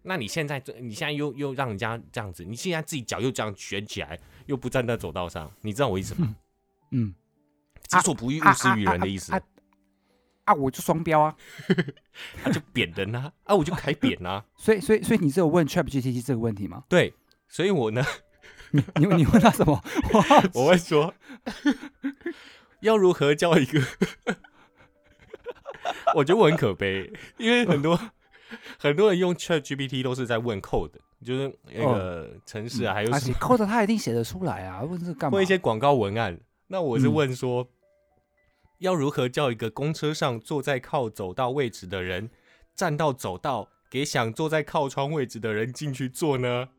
Speaker 1: 那你现在这你现在又又让人家这样子，你现在自己脚又这样卷起来，又不站在走道上，你知道我意思吗？
Speaker 2: 嗯，
Speaker 1: 己所不欲，
Speaker 2: 啊
Speaker 1: 勿施于人的意思
Speaker 2: 啊，啊啊我就双标啊，
Speaker 1: 他就扁人啊，啊，我就开扁啊，
Speaker 2: 所以所以所以你只有问 ChatGPT 这个问题吗？
Speaker 1: 对，所以我呢，
Speaker 2: 你你你问他什么？我 好奇
Speaker 1: 我会说，要如何教一个？我觉得我很可悲，因为很多很多人用 Chat GPT 都是在问 code，就是那个程式啊，还有
Speaker 2: 而
Speaker 1: 什
Speaker 2: 且
Speaker 1: 么
Speaker 2: code 他一定写得出来啊，问这嗯个干嘛？
Speaker 1: 或一些广告文案。那我是
Speaker 2: 嗯
Speaker 1: 问说，要如何叫一个公车上坐在靠走道位置的人站到走道，给想坐在靠窗位置的人进去坐呢？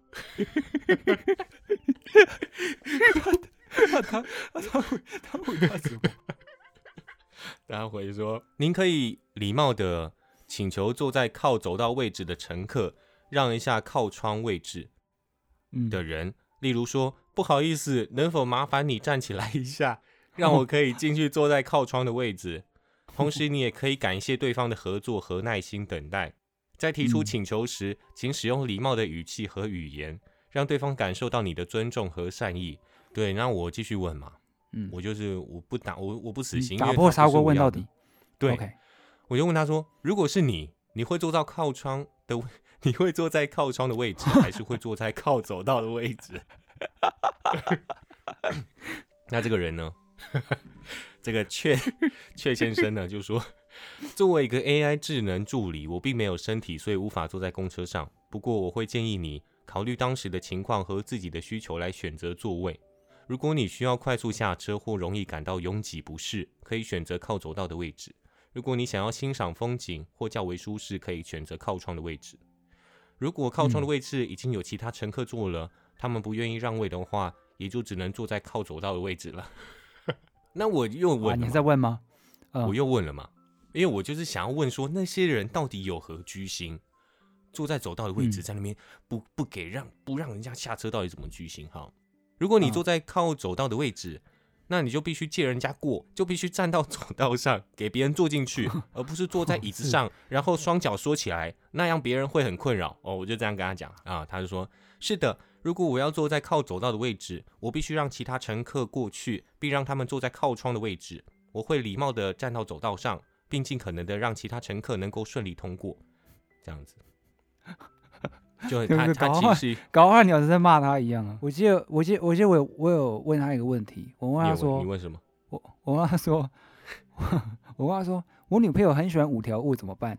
Speaker 2: 他他他回他回答什么？
Speaker 1: 他回说：“您可以礼貌的请求坐在靠走道位置的乘客让一下靠窗位置
Speaker 2: 嗯
Speaker 1: 的人，例如说，不好意思，能否麻烦你站起来一下，让 我可以进去坐在靠窗的位置。同时，你也可以感谢对方的合作和耐心等待。在提出
Speaker 2: 嗯
Speaker 1: 请求时，请使用礼貌的语气和语言，让对方感受到你的尊重和善意。”对，那我继续问嘛，
Speaker 2: 嗯，
Speaker 1: 我就是我不打我我不死心，因
Speaker 2: 嗯
Speaker 1: 为
Speaker 2: 打
Speaker 1: 他
Speaker 2: 破
Speaker 1: 不
Speaker 2: 砂
Speaker 1: 是
Speaker 2: 锅
Speaker 1: 我
Speaker 2: 问
Speaker 1: 要
Speaker 2: 到
Speaker 1: 的
Speaker 2: 底。
Speaker 1: 对
Speaker 2: o k
Speaker 1: 我就问他说：“如果是你，你会坐到靠窗的位， 你会坐在靠窗的位置，还是会坐在靠走道的位置？”那这个人呢？ 这个阙阙先生呢，就说：“作为一个 AI 智能助理，我并没有身体，所以无法坐在公车上。不过，我会建议你考虑当时的情况和自己的需求来选择座位。如果你需要快速下车或容易感到拥挤不适，可以选择靠走道的位置。如果你想要欣赏风景或较为舒适，可以选择靠窗的位置。如果靠窗的位置已经有其他乘客坐了，他们不愿意让位的话，也就只能坐在靠走道的位置了。 那我又
Speaker 2: 啊，
Speaker 1: 问了
Speaker 2: 你
Speaker 1: 嘛
Speaker 2: 在问吗？嗯
Speaker 1: 我又问了嘛，因为我就是想要问说那些人到底有何居心，坐在走道的位置，
Speaker 2: 嗯
Speaker 1: 在那边不不给让不让人家下车，到底怎么居心哈？如果你
Speaker 2: 嗯
Speaker 1: 坐在靠走道的位置，那你就必须借人家过，就必须站到走道上给别人坐进 去，而不是坐在椅
Speaker 2: 哦
Speaker 1: 子上，然后双脚缩起来，那样别人会很困扰哦。我就这样跟他讲啊，他就说是的，如果我要坐在靠走道的位置，我必须让其他乘客过去，并让他们坐在靠窗的位置。我会礼貌的站到走道上，并尽可能的让其他乘客能够顺利通过。这样子，就
Speaker 2: 有
Speaker 1: 他
Speaker 2: 个
Speaker 1: 他
Speaker 2: 搞
Speaker 1: 其
Speaker 2: 坏
Speaker 1: 实是
Speaker 2: 搞好你好像在骂他一样啊！我记得，我记得，我记得我有我有问他一个问题，我问
Speaker 1: 你
Speaker 2: 他
Speaker 1: 有问
Speaker 2: 说
Speaker 1: 你，问什么？
Speaker 2: 我我问他说，我问他说，我女朋友很喜欢五条悟怎么办？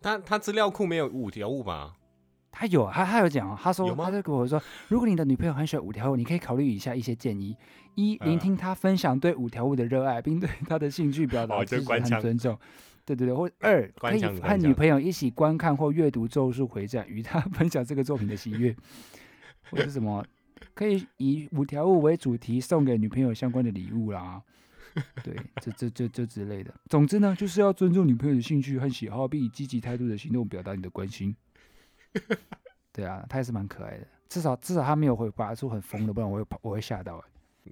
Speaker 1: 他他资料库没有五条悟吧？
Speaker 2: 他有，他他有讲哦，他说
Speaker 1: 有吗
Speaker 2: 他就跟我说，如果你的女朋友很喜欢五条悟，你可以考虑以下一些建议：一、
Speaker 1: 嗯
Speaker 2: 聆听她分享对五条悟的热爱，并对她的兴趣表达
Speaker 1: 哦这
Speaker 2: 支持
Speaker 1: 官
Speaker 2: 和
Speaker 1: 腔
Speaker 2: 尊重。对对对，或二可
Speaker 1: 官
Speaker 2: 以
Speaker 1: 腔
Speaker 2: 和
Speaker 1: 官
Speaker 2: 女
Speaker 1: 腔
Speaker 2: 朋友一起观看或阅读《咒术回战》，与她 分享这个作品的喜悦，或者是什么，可以以五条悟为主题送给女朋友相关的礼物啦。对，这这这这之类的。总之呢，就是要尊重女朋友的兴趣和喜好，并以积极态度的行动表达你的关心。对啊，他也是蛮可爱的，至少至少他没有回答出很疯的，不然我会怕我会吓到、欸。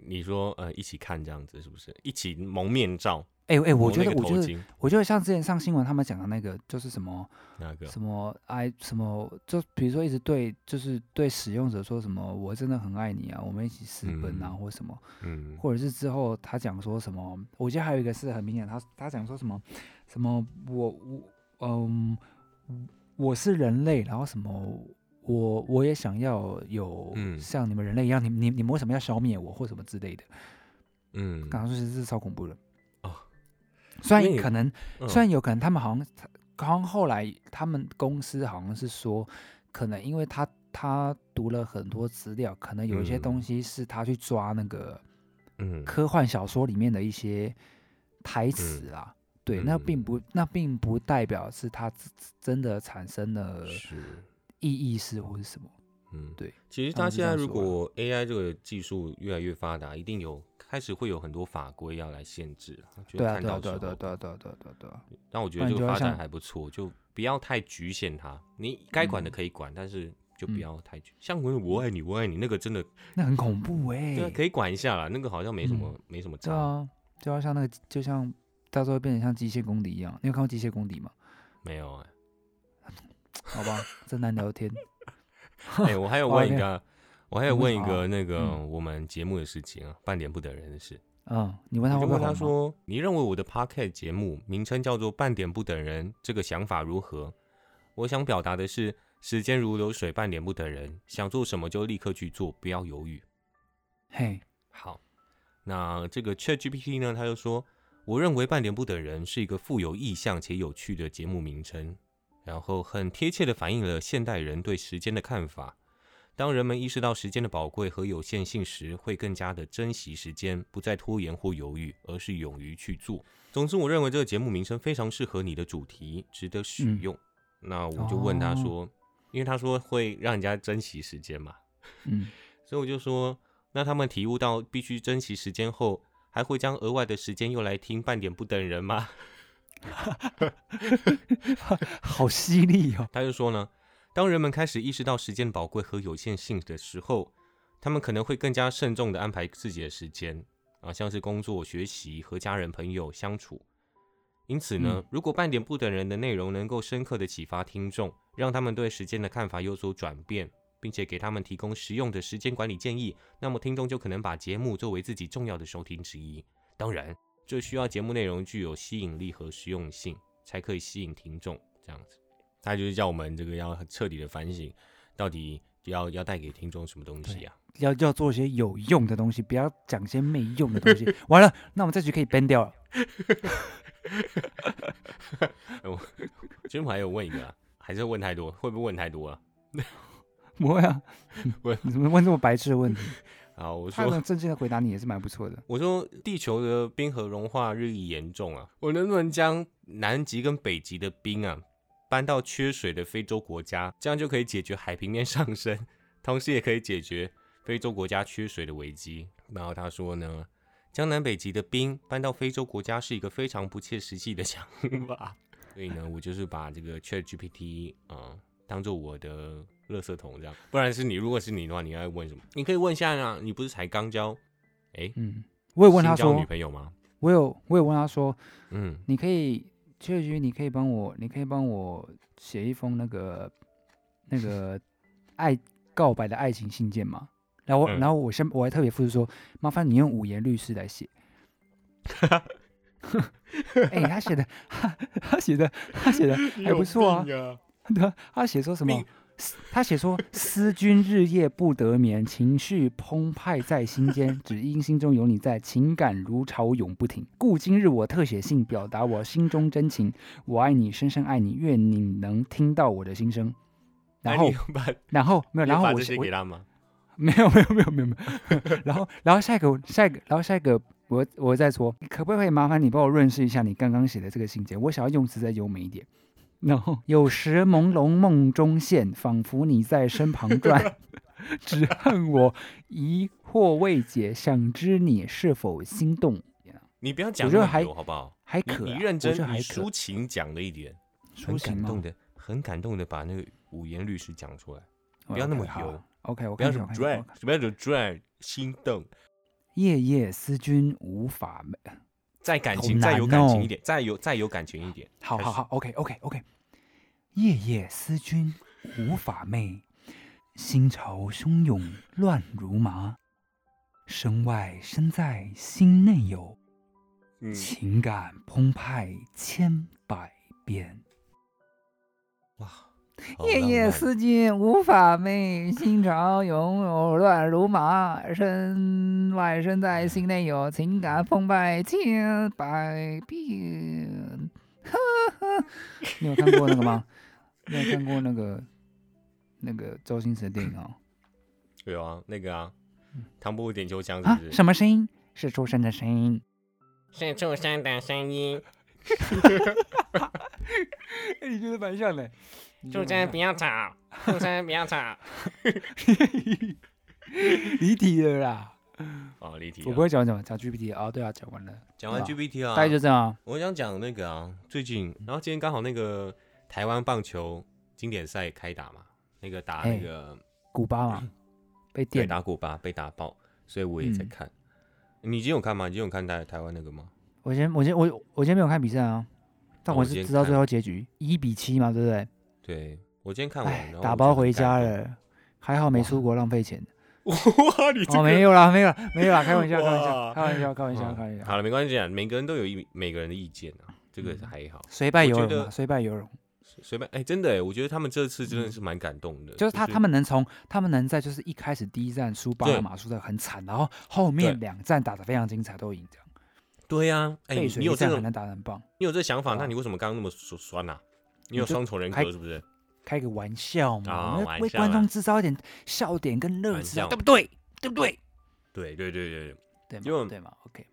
Speaker 1: 你说呃，一起看这样子是不是？一起蒙面罩，
Speaker 2: 哎、哎、我
Speaker 1: 蒙
Speaker 2: 觉
Speaker 1: 那个
Speaker 2: 得我
Speaker 1: 头
Speaker 2: 觉得
Speaker 1: 巾，
Speaker 2: 我觉得像之前上新闻他们讲的那个，就是什么
Speaker 1: 那个
Speaker 2: 什么爱什么，就比如说一直对就是对使用者说什么我真的很爱你啊，我们一起私奔啊，
Speaker 1: 嗯
Speaker 2: 或什么，
Speaker 1: 嗯，
Speaker 2: 或者是之后他讲说什么，我记得还有一个是很明显，他他讲说什么什么我我嗯我是人类，然后什么我我也想要有
Speaker 1: 嗯
Speaker 2: 像你们人类一样，你你你们为什么要消灭我或什么之类的，
Speaker 1: 嗯，
Speaker 2: 感觉是是超恐怖的
Speaker 1: 哦。
Speaker 2: 虽
Speaker 1: 因
Speaker 2: 然
Speaker 1: 为
Speaker 2: 可能，
Speaker 1: 嗯
Speaker 2: 虽然有可能他们好像，好像后来他们公司好像是说，可能因为他他读了很多资料，可能有一些
Speaker 1: 嗯
Speaker 2: 东西是他去抓那个
Speaker 1: 嗯
Speaker 2: 科幻小说里面的一些台词啦。对，那
Speaker 1: 嗯
Speaker 2: 并不，那并不代表是他自真的产生了
Speaker 1: 是
Speaker 2: 意义是或是什么。
Speaker 1: 嗯
Speaker 2: 对。
Speaker 1: 其实
Speaker 2: 他
Speaker 1: 它
Speaker 2: 们是
Speaker 1: 现在
Speaker 2: 这样
Speaker 1: 如
Speaker 2: 说啦
Speaker 1: 果 AI 这个技术越来越发达，一定有开始会有很多法规要来限制啦。就
Speaker 2: 对啊，
Speaker 1: 看
Speaker 2: 对啊，
Speaker 1: 到
Speaker 2: 对啊，
Speaker 1: 时
Speaker 2: 对啊，
Speaker 1: 候
Speaker 2: 对啊，对啊，对啊，对啊对啊，
Speaker 1: 但我觉
Speaker 2: 不
Speaker 1: 得
Speaker 2: 然
Speaker 1: 这个
Speaker 2: 就要
Speaker 1: 发展
Speaker 2: 像嗯
Speaker 1: 还不错，就不要太局限它。你该管的可以管，但是就不要太去。像我我爱你，我爱你那个真的，
Speaker 2: 那很恐怖哎、
Speaker 1: 对啊，可以管一下啦，那个好像没什么、没什么
Speaker 2: 对
Speaker 1: 差，
Speaker 2: 啊，就要像那个，就像到时候变成像机械公敌一样。你有看过机械公敌吗？
Speaker 1: 没有哎、
Speaker 2: 好 吧，真难聊天。
Speaker 1: 哎、我 还有问一个，我还有问一
Speaker 2: 你问
Speaker 1: 个那个
Speaker 2: 嗯
Speaker 1: 我们节目的事情啊，半点不等人的事。
Speaker 2: 嗯，你问他
Speaker 1: 我
Speaker 2: 会
Speaker 1: 就
Speaker 2: 不会
Speaker 1: 问
Speaker 2: 红
Speaker 1: 他
Speaker 2: 吗？
Speaker 1: 说：“你认为我的 p o d c a s t 节目名称叫做‘半点不等人’，这个想法如何？”我想表达的是，时间如流水，半点不等人，想做什么就立刻去做，不要犹豫。
Speaker 2: 嘿，
Speaker 1: 好，那这个 ChatGPT 呢，他就说，我认为“半点不等人”是一个富有意向且有趣的节目名称，然后很贴切的反映了现代人对时间的看法。当人们意识到时间的宝贵和有限性时，会更加的珍惜时间，不再拖延或犹豫，而是勇于去做。总之，我认为这个节目名称非常适合你的主题，值得使
Speaker 2: 嗯
Speaker 1: 用。那我就问他说，因为他说会让人家珍惜时间嘛，
Speaker 2: 嗯，
Speaker 1: 所以我就说，那他们体悟到必须珍惜时间后，还会将额外的时间用来听半点不等人吗？
Speaker 2: 好犀利哦。
Speaker 1: 他就说呢，当人们开始意识到时间的宝贵和有限性的时候，他们可能会更加慎重的安排自己的时间啊，像是工作、学习和家人朋友相处。因此呢，
Speaker 2: 嗯
Speaker 1: 如果半点不等人的内容能够深刻的启发听众，让他们对时间的看法有所转变，并且给他们提供实用的时间管理建议，那么听众就可能把节目作为自己重要的收听之一。当然，这需要节目内容具有吸引力和实用性，才可以吸引听众。这样子，他就是叫我们这个要彻底的反省，到底要要带给听众什么东西啊？
Speaker 2: 要要做一些有用的东西，不要讲些没用的东西。 完了，那我们这局可以 ban 掉了。
Speaker 1: 其实我还有问一个、啊，还是问太多，会不会问太多啊？
Speaker 2: 不会啊，
Speaker 1: 我
Speaker 2: 你怎么问这么白痴的问题？
Speaker 1: 好，我
Speaker 2: 他能
Speaker 1: 说
Speaker 2: 正经的回答你也是蛮不错的。
Speaker 1: 我说地球的冰河融化日益严重啊，我能不能将南极跟北极的冰啊搬到缺水的非洲国家，这样就可以解决海平面上升，同时也可以解决非洲国家缺水的危机。然后他说呢，将南北极的冰搬到非洲国家是一个非常不切实际的想 法。所以呢，我就是把这个 Chat GPT 啊、呃当做我的垃圾桶这样。不然是你，如果是你的话，你要问什么？你可以问一下啊，你不是才刚交？哎、
Speaker 2: 嗯，我有问他
Speaker 1: 新交女
Speaker 2: 说，
Speaker 1: 朋友吗？
Speaker 2: 我有我有问他说，
Speaker 1: 嗯，
Speaker 2: 你可以确实你可以帮我，你可以帮我写一封那个那个爱告白的爱情信件吗？然后我、
Speaker 1: 嗯
Speaker 2: 然后我先我还特别附注说，麻烦你用五言律诗来写。哎、他写的，他 他写的，他写的还不错啊。 对啊，他写说什么
Speaker 1: 命？
Speaker 2: 思他写说：“思君日夜不得眠，情绪澎湃在心间，只因心中有你在，情感如潮涌不停。故今日我特写信，表达我心中真情。我爱你，深深爱你，愿你能听到我的心声。”然
Speaker 1: 那
Speaker 2: 后
Speaker 1: 你，有 把
Speaker 2: 然后没有，
Speaker 1: 你有
Speaker 2: 然后
Speaker 1: 把
Speaker 2: 我
Speaker 1: 这
Speaker 2: 写
Speaker 1: 些
Speaker 2: 我
Speaker 1: 给他吗？
Speaker 2: 没有没有没有没有没有， 然后然后下一个下一个然后下一个我我再说，可不可以麻烦你帮我润饰一下你刚刚写的这个信件？我想要用词再优美一点。然后有时朦胧梦中现，仿佛你在身旁转， 只恨我疑惑未解，想知你是否心动？
Speaker 1: 你不要讲
Speaker 2: 我觉得
Speaker 1: 那么
Speaker 2: 还
Speaker 1: 多好不好？
Speaker 2: 还
Speaker 1: 你
Speaker 2: 可、啊，
Speaker 1: 你认
Speaker 2: 我觉得
Speaker 1: 真，
Speaker 2: 还
Speaker 1: 你
Speaker 2: 可
Speaker 1: 抒，情讲了一点，
Speaker 2: 抒
Speaker 1: 很感
Speaker 2: 情
Speaker 1: 动
Speaker 2: 吗？
Speaker 1: 的，很感动的把那个五言律诗讲出来，
Speaker 2: 哦
Speaker 1: 不要那么
Speaker 2: OK，好
Speaker 1: 油
Speaker 2: OK，我
Speaker 1: 不要
Speaker 2: 看一
Speaker 1: 什
Speaker 2: 下，
Speaker 1: 么
Speaker 2: 我看一下
Speaker 1: drag，
Speaker 2: 我看
Speaker 1: 不要什么 drag，心动，
Speaker 2: 夜夜思君无法寐。
Speaker 1: 再感情，
Speaker 2: 好难
Speaker 1: 再有感
Speaker 2: 哦
Speaker 1: 情一点，再有再有感情一点。
Speaker 2: 好
Speaker 1: 开
Speaker 2: 好
Speaker 1: 始
Speaker 2: 好，OK OK OK。夜夜思君无法寐，心潮汹涌乱如麻。身外身在心内有，
Speaker 1: 嗯，
Speaker 2: 情感澎湃千百遍。
Speaker 1: 哇，好
Speaker 2: 夜
Speaker 1: 浪
Speaker 2: 夜
Speaker 1: 漫啊
Speaker 2: 思君无法寐，心潮涌涌乱如麻。身外身在心内有，情感澎湃千百遍。你有看过那个吗？你有看过那个那个周星驰的电影哦？
Speaker 1: 有啊，那个啊，唐伯虎点秋香是
Speaker 2: 嗯啊
Speaker 1: 不，是？
Speaker 2: 什么声音？是出生的声音。
Speaker 1: 是畜生的声音，
Speaker 2: 哎， 你觉得蛮像的。
Speaker 3: 畜生不要 吵，畜生不要吵。
Speaker 2: 离题了啦！
Speaker 1: 哦，离题
Speaker 2: 啊我
Speaker 1: 了
Speaker 2: 不。会讲讲讲 GPT 啊、对啊，讲完了，
Speaker 1: 讲完
Speaker 2: 对
Speaker 1: GPT 啊，
Speaker 2: 大概就这样啊。
Speaker 1: 我想讲那个
Speaker 2: 嗯
Speaker 1: 啊，最近，然后今天刚好那个台湾棒球经典赛开打嘛，那个打
Speaker 2: 嘿
Speaker 1: 那个
Speaker 2: 古巴嘛，被
Speaker 1: 对
Speaker 2: 电
Speaker 1: 打古巴嗯被打爆，所以我也在
Speaker 2: 嗯
Speaker 1: 看。你今天有看吗？你今天有看台台湾那个吗？
Speaker 2: 我先我先我我先没有看比赛啊，
Speaker 1: 那
Speaker 2: 但
Speaker 1: 哦
Speaker 2: 我
Speaker 1: 我
Speaker 2: 是
Speaker 1: 先
Speaker 2: 知道最
Speaker 1: 看
Speaker 2: 后结局一比七嘛，对不对？
Speaker 1: 对我今天看完，
Speaker 2: 哎
Speaker 1: 然后，我
Speaker 2: 打
Speaker 1: 觉
Speaker 2: 包
Speaker 1: 得
Speaker 2: 回
Speaker 1: 很感
Speaker 2: 家
Speaker 1: 动。
Speaker 2: 了，还好没出国浪费钱。
Speaker 1: 哇，你这
Speaker 2: 哦，
Speaker 1: 个
Speaker 2: 没有啦，没有啦，没有啦，开玩笑，开玩笑，
Speaker 1: 哇
Speaker 2: 开玩笑，开玩笑，
Speaker 1: 嗯
Speaker 2: 开玩笑。
Speaker 1: 好了，没关系啊，每个人都有一每个人的意见啊，这个
Speaker 2: 嗯
Speaker 1: 还好，
Speaker 2: 虽败
Speaker 1: 我
Speaker 2: 犹
Speaker 1: 觉
Speaker 2: 荣嘛，啊
Speaker 1: 得
Speaker 2: 虽败犹荣，
Speaker 1: 随随便。哎，真的哎，我觉得他们这次真的是蛮感动的，
Speaker 2: 嗯就是他
Speaker 1: 是
Speaker 2: 他们能从他们能在就是一开始第一站输巴拿马输的很惨，然后后面两站打得非常精彩，都赢这样。
Speaker 1: 对呀，哎，
Speaker 2: 背
Speaker 1: 你
Speaker 2: 水
Speaker 1: 你
Speaker 2: 一
Speaker 1: 有这
Speaker 2: 战还
Speaker 1: 种
Speaker 2: 能打得很棒，
Speaker 1: 你有这想法，
Speaker 2: 哇
Speaker 1: 那你为什么刚刚那么酸酸呐？你
Speaker 2: 我
Speaker 1: 有
Speaker 2: 就
Speaker 1: 双重人
Speaker 2: 开
Speaker 1: 格是不是？
Speaker 2: 开个玩笑嘛，
Speaker 1: 啊
Speaker 2: 我们
Speaker 1: 玩
Speaker 2: 为
Speaker 1: 笑
Speaker 2: 观众
Speaker 1: 啦
Speaker 2: 制造一点笑点跟乐
Speaker 1: 玩
Speaker 2: 子啊，
Speaker 1: 笑
Speaker 2: 对不对？对不对？
Speaker 1: 对对对对对。
Speaker 2: 对
Speaker 1: 因
Speaker 2: 嘛
Speaker 1: 为
Speaker 2: 对嘛，OK，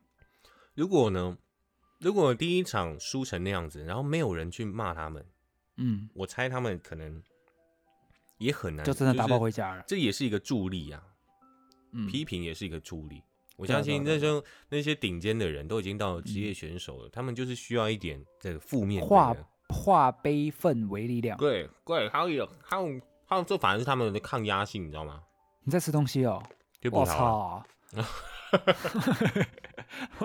Speaker 1: 如果呢，如果第一场输成那样子，然后没有人去骂他们，
Speaker 2: 嗯，
Speaker 1: 我猜他们可能也很难，
Speaker 2: 就真的打
Speaker 1: 嗯是
Speaker 2: 包回家了。
Speaker 1: 这也是一个助力啊，
Speaker 2: 嗯，
Speaker 1: 批评也是一个助力。我
Speaker 2: 对啊
Speaker 1: 相信
Speaker 2: 对啊嗯
Speaker 1: 那时候那些顶尖的人都已经到职业选手了，他们就是需要一点这个负面的
Speaker 2: 化化悲愤为力量。
Speaker 1: 对对，还有还有还有，这反而是他们的抗压性，你知道吗？
Speaker 2: 你在吃东西哦？
Speaker 1: 对葡
Speaker 2: 我
Speaker 1: 萄啊，
Speaker 2: 操！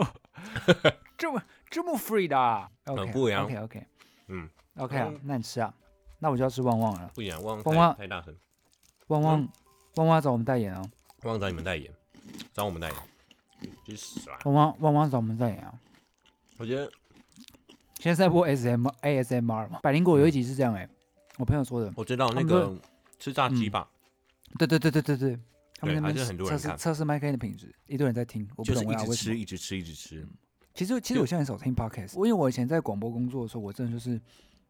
Speaker 2: 这么这么 free 的啊
Speaker 1: 很
Speaker 2: ？OK，
Speaker 1: 不一样
Speaker 2: OK OK
Speaker 1: 嗯，
Speaker 2: OK 啊
Speaker 1: 嗯，
Speaker 2: 那你吃啊？那我就要吃旺旺了。
Speaker 1: 不然汪
Speaker 2: 汪汪
Speaker 1: 太太大声，
Speaker 2: 旺旺，旺旺找我们代言哦。
Speaker 1: 汪找你们代言，找我们代言， 去死啊！
Speaker 2: 旺旺，旺旺找我们代言啊。
Speaker 1: 我觉得
Speaker 2: 现在在播 SM ASMR 嘛？百灵果有一集是这样哎，我朋友说的。
Speaker 1: 我知道
Speaker 2: 他
Speaker 1: 那
Speaker 2: 们
Speaker 1: 个吃炸鸡
Speaker 2: 嗯
Speaker 1: 吧，
Speaker 2: 对对对对对对，他们
Speaker 1: 对
Speaker 2: 那
Speaker 1: 还
Speaker 2: 边
Speaker 1: 是很多
Speaker 2: 测
Speaker 1: 人
Speaker 2: 试
Speaker 1: 看
Speaker 2: 测试麦克的品质，一堆人在听，我不
Speaker 1: 就是
Speaker 2: 懂
Speaker 1: 一
Speaker 2: 为啥
Speaker 1: 直
Speaker 2: 为什
Speaker 1: 吃，
Speaker 2: 么。嗯
Speaker 1: 一直吃，一直吃。
Speaker 2: 其实其实
Speaker 1: 就
Speaker 2: 我现在很少听 podcast，因为我以前在广播工作的时候，我真的就是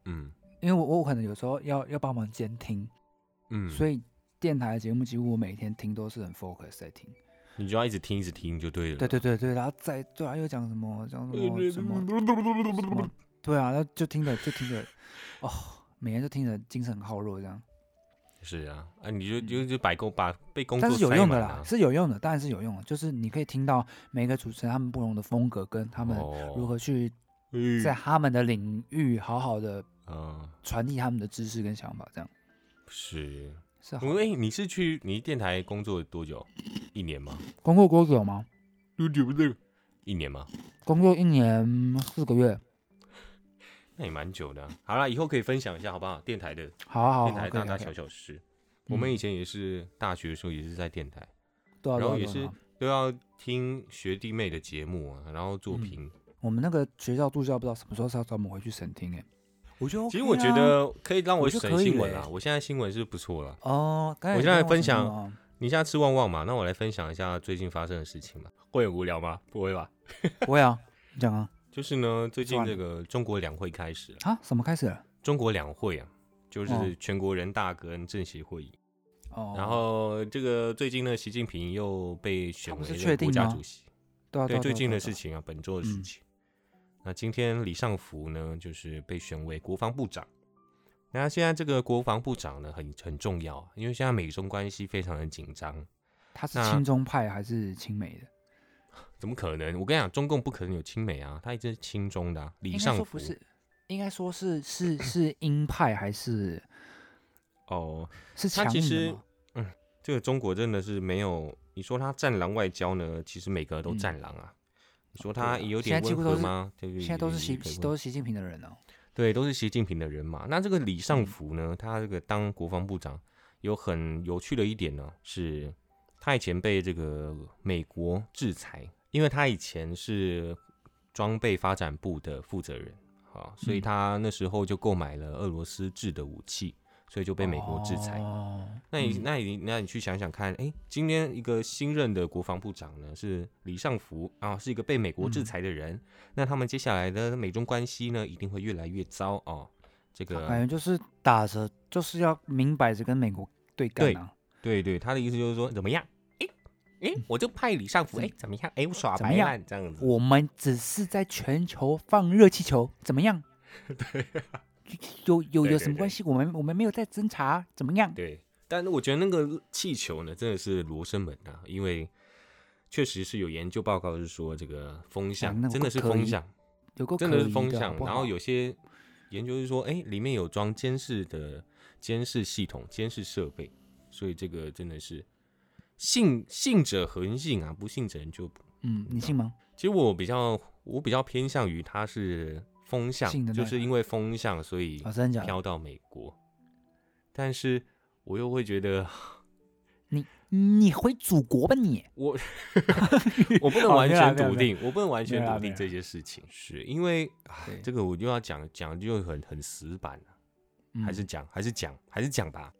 Speaker 1: 嗯
Speaker 2: 因为我我可能有时候要要帮忙监听，
Speaker 1: 嗯，
Speaker 2: 所以电台的节目几乎我每天听都是很 focus 在听。
Speaker 1: 你就要一直听，一直听就对了。啊
Speaker 2: 对对对对，然后再对啊，又讲什么讲什
Speaker 1: 对
Speaker 2: 么
Speaker 1: 对
Speaker 2: 什么什么
Speaker 1: 对，，
Speaker 2: 对啊，那就听着就听着，哦，每天就听着精神很耗弱这样，
Speaker 1: 是啊，啊，你就就就摆工把被工作
Speaker 2: 但是有
Speaker 1: 塞
Speaker 2: 用的
Speaker 1: 满
Speaker 2: 啦
Speaker 1: 啊，
Speaker 2: 是有用的，当然是有用的，就是你可以听到每个主持人他们不同的风格跟他们如何去
Speaker 1: 哦嗯
Speaker 2: 在他们的领域好好的
Speaker 1: 啊
Speaker 2: 传递他们的知识跟想法，这样
Speaker 1: 是。
Speaker 2: 是好
Speaker 1: 因。为你是去你电台工作多久？一年吗？
Speaker 2: 工作多久吗？
Speaker 1: 多久不是一年吗？
Speaker 2: 工作一年四个月。
Speaker 1: 那也蛮久的啊、好啦，以后可以分享一下好不好？电台的
Speaker 2: 好啊好啊
Speaker 1: 电
Speaker 2: 好啊，
Speaker 1: 台
Speaker 2: 可以
Speaker 1: 大
Speaker 2: 可
Speaker 1: 大
Speaker 2: 以可
Speaker 1: 小
Speaker 2: 以。
Speaker 1: 小事，我们
Speaker 2: 嗯
Speaker 1: 以前也是大学的时候也是在电台，
Speaker 2: 对啊，
Speaker 1: 然后
Speaker 2: 对啊
Speaker 1: 也
Speaker 2: 对啊
Speaker 1: 是都要听学弟妹的节目啊，然后做
Speaker 2: 嗯
Speaker 1: 评
Speaker 2: 我们那个学校助教不知道什么时候是要找我们回去审听哎、我就、
Speaker 1: 其实我觉得可以让
Speaker 2: 啊我
Speaker 1: 我
Speaker 2: 觉得
Speaker 1: 审
Speaker 2: 可以
Speaker 1: 新闻
Speaker 2: 嘞
Speaker 1: 啊，我现在新闻是不错了。
Speaker 2: 哦，刚才
Speaker 1: 我
Speaker 2: 你
Speaker 1: 现在
Speaker 2: 跟我
Speaker 1: 分
Speaker 2: 讲什
Speaker 1: 享
Speaker 2: 么啊
Speaker 1: 你现在吃旺旺嘛？那我来分享一下最近发生的事情嘛。会很无聊吗？不会吧。
Speaker 2: 不会啊，你讲啊
Speaker 1: 就是呢，最近
Speaker 2: 算了
Speaker 1: 这个中国两会开始了。
Speaker 2: 啊什么开始了？
Speaker 1: 中国两会啊，就
Speaker 2: 哦
Speaker 1: 是全国人大跟政协会议。
Speaker 2: 哦，
Speaker 1: 然后这个最近呢，习近平又被选
Speaker 2: 他不
Speaker 1: 为
Speaker 2: 是
Speaker 1: 这个国
Speaker 2: 确定
Speaker 1: 家
Speaker 2: 吗
Speaker 1: 主席。
Speaker 2: 对啊对
Speaker 1: 对最
Speaker 2: 啊对啊
Speaker 1: 近
Speaker 2: 对
Speaker 1: 的
Speaker 2: 啊
Speaker 1: 事
Speaker 2: 对啊
Speaker 1: 情啊，本周的
Speaker 2: 嗯
Speaker 1: 事情。那今天李尚福呢，就是被选为国防部长。那现在这个国防部长呢，很很重要啊，因为现在美中关系非常的紧张。
Speaker 2: 他是
Speaker 1: 那
Speaker 2: 亲中派还是亲美的？
Speaker 1: 怎么可能？我跟你讲，中共不可能有亲美啊，他一直是亲中的、啊。李
Speaker 2: 应
Speaker 1: 尚
Speaker 2: 该
Speaker 1: 福
Speaker 2: 说不是，应该说是是是鹰派还是
Speaker 1: 哦，
Speaker 2: 是
Speaker 1: 他
Speaker 2: 强
Speaker 1: 其
Speaker 2: 硬的
Speaker 1: 实
Speaker 2: 吗？
Speaker 1: 这个中国真的是没有。你说他战狼外交呢？其实每个都
Speaker 2: 嗯
Speaker 1: 战狼啊。你说
Speaker 2: 对
Speaker 1: 他
Speaker 2: 啊
Speaker 1: 也有
Speaker 2: 现在
Speaker 1: 点
Speaker 2: 几
Speaker 1: 温
Speaker 2: 乎都
Speaker 1: 和
Speaker 2: 是
Speaker 1: 吗？对
Speaker 2: 现在都是习
Speaker 1: 也可以
Speaker 2: 都
Speaker 1: 问
Speaker 2: 是习近平的人哦、
Speaker 1: 对，都是习近平的人马。那这个李尚
Speaker 2: 嗯
Speaker 1: 福呢，他这个当国防部长有很有趣的一点呢，是他以前被这个美国制裁，因为他以前是装备发展部的负责人啊，所以
Speaker 2: 嗯
Speaker 1: 他那时候就购买了俄罗斯制的武器，所以就被美国制裁。
Speaker 2: 哦、
Speaker 1: 那你
Speaker 2: 嗯
Speaker 1: 那你那你去想想看，哎、今天一个新任的国防部长呢是李尚福啊，是一个被美国制
Speaker 2: 嗯
Speaker 1: 裁的人，那他们接下来的美中关系呢一定会越来越糟哦。这
Speaker 2: 感
Speaker 1: 个
Speaker 2: 觉就是打着就是要明摆着跟美国对干
Speaker 1: 对
Speaker 2: 啊，
Speaker 1: 对对，他的意思就是说怎么样？哎、哎、我就派李尚福，哎、怎么样？哎、我耍
Speaker 2: 嗯怎么
Speaker 1: 白
Speaker 2: 样
Speaker 1: 烂这样子。
Speaker 2: 我们只是在全球放热气球，怎么 样？对、有有
Speaker 1: 对
Speaker 2: 有
Speaker 1: 啊对
Speaker 2: 什么
Speaker 1: 对
Speaker 2: 关系？我们我们没有在侦查，怎么样？
Speaker 1: 对，但是我觉得那个气球呢真的是罗生门啊，因为确实是有研究报告是说这个风向、
Speaker 2: 哎那我
Speaker 1: 真的是
Speaker 2: 可以
Speaker 1: 风向。
Speaker 2: 有够
Speaker 1: 真
Speaker 2: 可
Speaker 1: 的是
Speaker 2: 疑
Speaker 1: 风
Speaker 2: 好
Speaker 1: 向。
Speaker 2: 不
Speaker 1: 然后
Speaker 2: 好
Speaker 1: 有些研究是说，哎、里面有装监视的监视系统、监视设备，所以这个真的是信信者恒信啊，不信者人就不
Speaker 2: 嗯，你信吗？
Speaker 1: 其实我比较我比较偏向于它是风向
Speaker 2: 信的，那
Speaker 1: 就是
Speaker 2: 个
Speaker 1: 因为风向所以
Speaker 2: 哦，真的假的？
Speaker 1: 飘到美国，但是我又会觉 得
Speaker 2: 你回祖国吧你！
Speaker 1: 我我不能
Speaker 2: 哦
Speaker 1: 完
Speaker 2: 没有啦
Speaker 1: 全
Speaker 2: 没有
Speaker 1: 笃
Speaker 2: 没
Speaker 1: 定，我不能完全
Speaker 2: 没有啦
Speaker 1: 笃
Speaker 2: 没
Speaker 1: 定
Speaker 2: 有啦
Speaker 1: 这些事情，是因为啊
Speaker 2: 对
Speaker 1: 这个我就要讲讲就很很死板了、还是
Speaker 2: 嗯
Speaker 1: 讲还是讲还是讲吧，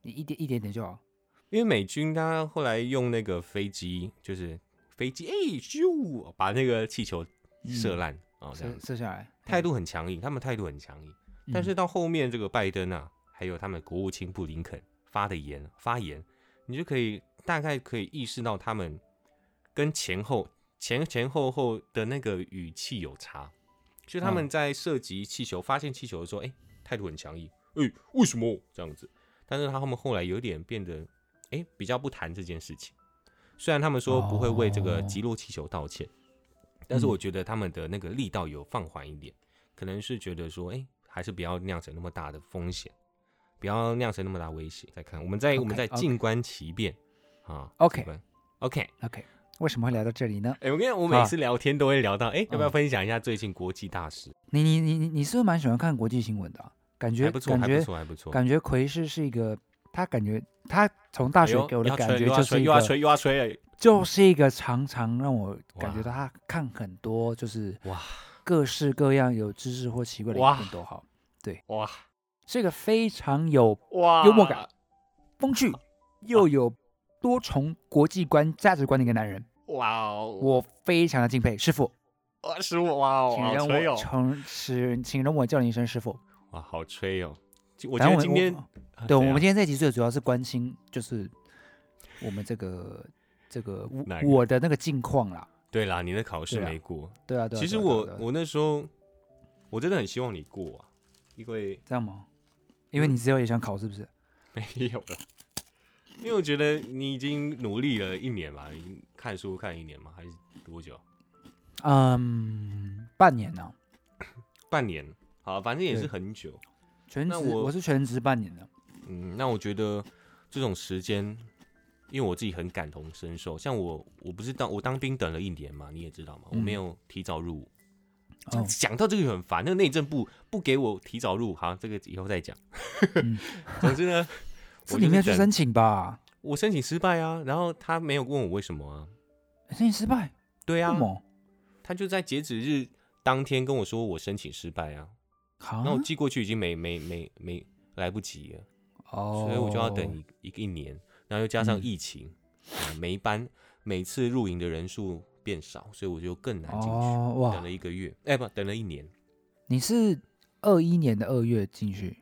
Speaker 2: 你一点一点点就好。
Speaker 1: 因为美军他后来用那个飞机，就是飞机哎咻，把那个气球射烂啊、这样
Speaker 2: 射
Speaker 1: 子，
Speaker 2: 射下来，嗯
Speaker 1: 态度很强硬，他们态度很强硬。但是到后面这个拜登啊，还有他们国务卿布林肯发的言发言，你就可以大概可以意识到他们跟前后前前后后的那个语气有差，就他们在涉及气球、发现气球的时候，哎、态度很强硬，哎、为什么这样子？但是他们后来有点变得，哎、比较不谈这件事情。虽然他们说不会为这个
Speaker 2: 哦
Speaker 1: 击落气球道歉，但是
Speaker 2: 嗯
Speaker 1: 我觉得他们的那个力道有放缓一点，可能是觉得说，哎、还是不要酿成那么大的风险，不要酿成那么大危险。再看，我们再我们再
Speaker 2: OK，OK
Speaker 1: 静观其变啊。
Speaker 2: OK
Speaker 1: 静观 OK，
Speaker 2: 嗯 OK，为什么会聊到这里呢？
Speaker 1: 哎、我跟你讲，我每
Speaker 2: 啊
Speaker 1: 次聊天都会聊到，哎、要不要
Speaker 2: 嗯
Speaker 1: 分享一下最近国际大事？
Speaker 2: 你你你你你是不是蛮喜欢看国际新闻的啊？感觉
Speaker 1: 还不错，
Speaker 2: 感
Speaker 1: 还不
Speaker 2: 觉
Speaker 1: 错，还不错。
Speaker 2: 感觉奎是是一个，他感觉他从大
Speaker 1: 哎呦
Speaker 2: 学给我的
Speaker 1: 要
Speaker 2: 感
Speaker 1: 吹
Speaker 2: 觉
Speaker 1: 又要
Speaker 2: 就是
Speaker 1: 吹
Speaker 2: 一
Speaker 1: 又要
Speaker 2: 个
Speaker 1: 吹又要吹了，
Speaker 2: 就是一个常常让我感觉
Speaker 1: 哇
Speaker 2: 到他看很多就是
Speaker 1: 哇
Speaker 2: 各式各样有知识或奇怪的
Speaker 1: 哇
Speaker 2: 影片都好，
Speaker 1: 哇
Speaker 2: 是一个非常有
Speaker 1: 哇
Speaker 2: 幽默感风趣又有多重国际观价值观的一个男人，
Speaker 1: 哇哦，
Speaker 2: 我非常的敬佩师傅，
Speaker 1: 哇十五哇哦，
Speaker 2: 请
Speaker 1: 好
Speaker 2: 容
Speaker 1: 吹
Speaker 2: 我
Speaker 1: 哦，
Speaker 2: 称是请容我叫你一声师傅。
Speaker 1: 哇好吹哦。就我
Speaker 2: 反
Speaker 1: 觉
Speaker 2: 正
Speaker 1: 得今天
Speaker 2: 我
Speaker 1: 啊
Speaker 2: 对，我
Speaker 1: 怎样
Speaker 2: 们今天这集最主要是关心，就是我们这个这个我
Speaker 1: 哪个
Speaker 2: 我的那个近况啦。
Speaker 1: 对啦，你的考试
Speaker 2: 对啊
Speaker 1: 没过，
Speaker 2: 对啊，对啊。
Speaker 1: 其实
Speaker 2: 对啊
Speaker 1: 我
Speaker 2: 对啊对啊
Speaker 1: 我那时候我真的很希望你过啊，因为
Speaker 2: 这样吗？因为你之后也想考，是不是？
Speaker 1: 没有了， 因为我觉得你已经努力了一年嘛，已经看书看一年嘛，还是多久？
Speaker 2: 嗯，半年呢、
Speaker 1: 半年，好，反正也是
Speaker 2: 对
Speaker 1: 很久。
Speaker 2: 全职
Speaker 1: 那我
Speaker 2: 我是全职半年的。
Speaker 1: 嗯，那我觉得这种时间，因为我自己很感同身受，像我，我不是当我当兵等了一年嘛，你也知道嘛，我没
Speaker 2: 嗯
Speaker 1: 有提早入伍。
Speaker 2: 哦，
Speaker 1: 讲到这 个就很烦，那个内政部不给我提早入伍，好，这个以后再讲。
Speaker 2: 嗯
Speaker 1: 总之 呢，
Speaker 2: 这
Speaker 1: 我
Speaker 2: 里
Speaker 1: 就是
Speaker 2: 面去
Speaker 1: 等
Speaker 2: 申请吧，
Speaker 1: 我申请失败啊，然后他没有问我为什么啊，
Speaker 2: 申哎请失败，
Speaker 1: 对
Speaker 2: 为
Speaker 1: 啊
Speaker 2: 什，么？
Speaker 1: 他就在截止日当天跟我说我申请失败啊，
Speaker 2: 好
Speaker 1: 那我寄过去已经没没没没来不及了，
Speaker 2: 哦，
Speaker 1: 所以我就要等一一一年，然后又加上
Speaker 2: 嗯
Speaker 1: 疫情，啊每一班每次入营的人数变少，所以我就更难进去，
Speaker 2: 哦
Speaker 1: 等
Speaker 2: 哇
Speaker 1: 了，一个月，哎不，等了一年，
Speaker 2: 你是二一年的二月进去，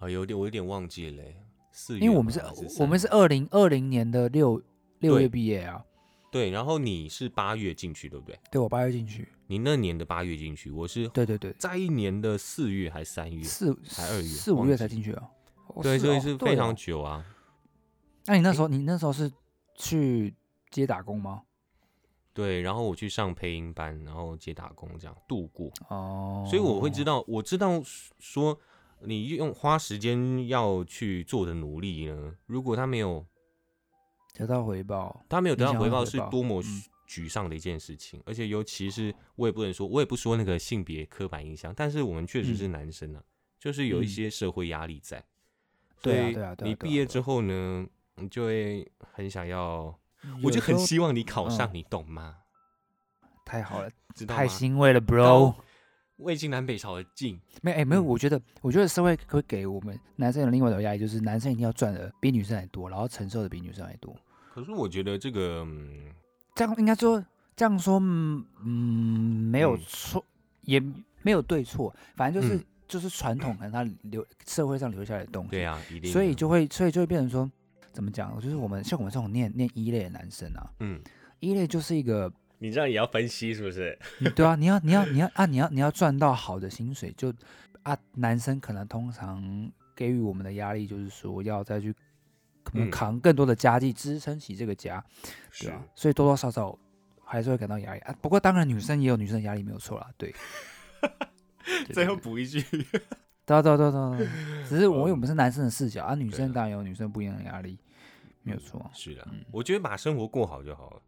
Speaker 1: 啊有点我有点忘记了、欸，四月
Speaker 2: 因为我们是
Speaker 1: 吗还
Speaker 2: 我
Speaker 1: 三
Speaker 2: 们是二零二零年的六六
Speaker 1: 对
Speaker 2: 月毕业啊，
Speaker 1: 对，然后你是八月进去对不对？
Speaker 2: 对我八月进去，
Speaker 1: 你那年的八月进去，我是
Speaker 2: 对对对，
Speaker 1: 在一年的四月还是三月？
Speaker 2: 四
Speaker 1: 才二月
Speaker 2: 四五
Speaker 1: 忘
Speaker 2: 月
Speaker 1: 记
Speaker 2: 才进去啊。哦
Speaker 1: 对，所以
Speaker 2: 哦
Speaker 1: 是
Speaker 2: 对
Speaker 1: 非
Speaker 2: 哦
Speaker 1: 常久哎啊。
Speaker 2: 那你那时候，你那时候是去接打工吗？
Speaker 1: 对，然后我去上配音班，然后接打工这样度过，
Speaker 2: 哦，
Speaker 1: 所以我会知道，我知道说你用花时间要去做的努力呢，如果他没有
Speaker 2: 得到回报。
Speaker 1: 他没有得到
Speaker 2: 你想
Speaker 1: 回
Speaker 2: 要
Speaker 1: 报，
Speaker 2: 回
Speaker 1: 是
Speaker 2: 报
Speaker 1: 多么
Speaker 2: 嗯
Speaker 1: 沮丧的一件事情。而且尤其是我也不能说，我也不说那个性别刻板印象，但是我们确实是男生啊，就是有一
Speaker 2: 嗯
Speaker 1: 些社会压力在。所
Speaker 2: 对啊
Speaker 1: 以
Speaker 2: 对啊对啊
Speaker 1: 你
Speaker 2: 对啊
Speaker 1: 毕业
Speaker 2: 对啊
Speaker 1: 之后呢，你就会很想要，
Speaker 2: 有
Speaker 1: 嗯我就
Speaker 2: 时
Speaker 1: 很
Speaker 2: 候
Speaker 1: 希望你考上，
Speaker 2: 嗯
Speaker 1: 你懂吗？
Speaker 2: 太好了，
Speaker 1: 知道吗
Speaker 2: 太？欣慰了
Speaker 1: 到
Speaker 2: ，bro。
Speaker 1: 魏晋南北朝的晋，
Speaker 2: 没哎，没有，
Speaker 1: 嗯
Speaker 2: 我觉得，我觉得社会会给我们男生有另外一种压力，就是男生一定要赚的比女生还多，然后承受的比女生还多。
Speaker 1: 可是我觉得这个，嗯、
Speaker 2: 这样应该说，这样说，嗯嗯，没有
Speaker 1: 嗯
Speaker 2: 错，也没有对错，反正就是、
Speaker 1: 嗯
Speaker 2: 就是传统，可能它留社会上留下来的东西。
Speaker 1: 对啊，一定的，
Speaker 2: 所以就会，所以就会变成说，怎么讲？就是我们像我们这种念念一类的男生啊，
Speaker 1: 嗯，
Speaker 2: 一类就是一个，
Speaker 1: 你这样也要分析是不是？
Speaker 2: 你对啊，你要你要你要啊，你要你要赚到好的薪水，就啊，男生可能通常给予我们的压力就是说，要再去可能
Speaker 1: 嗯
Speaker 2: 扛更多的家计，支撑起这个家，对啊
Speaker 1: 是，
Speaker 2: 所以多多少少还是会感到压力啊。不过当然，女生也有女生的压力，没有错啦，对。对对
Speaker 1: 最后
Speaker 2: 对
Speaker 1: 补一句，
Speaker 2: 对啊对啊对啊对啊对啊，只是我又
Speaker 1: 嗯
Speaker 2: 不是男生的视角啊，女
Speaker 1: 对
Speaker 2: 生
Speaker 1: 啊
Speaker 2: 当然有女生不一样的压力，没有错。
Speaker 1: 是啊，
Speaker 2: 嗯
Speaker 1: 我觉得把生活过好就好了。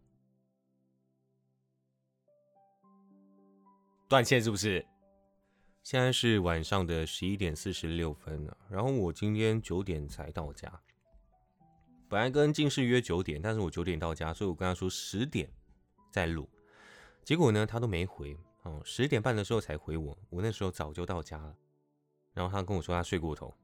Speaker 1: 断线是不是？现在是晚上的十一点四十六分了、然后我今天九点才到家。本来跟近视约九点，但是我九点到家，所以我跟他说十点再录。结果呢，他都没回，哦，十点半的时候才回我，我那时候早就到家了。然后他跟我说他睡过头。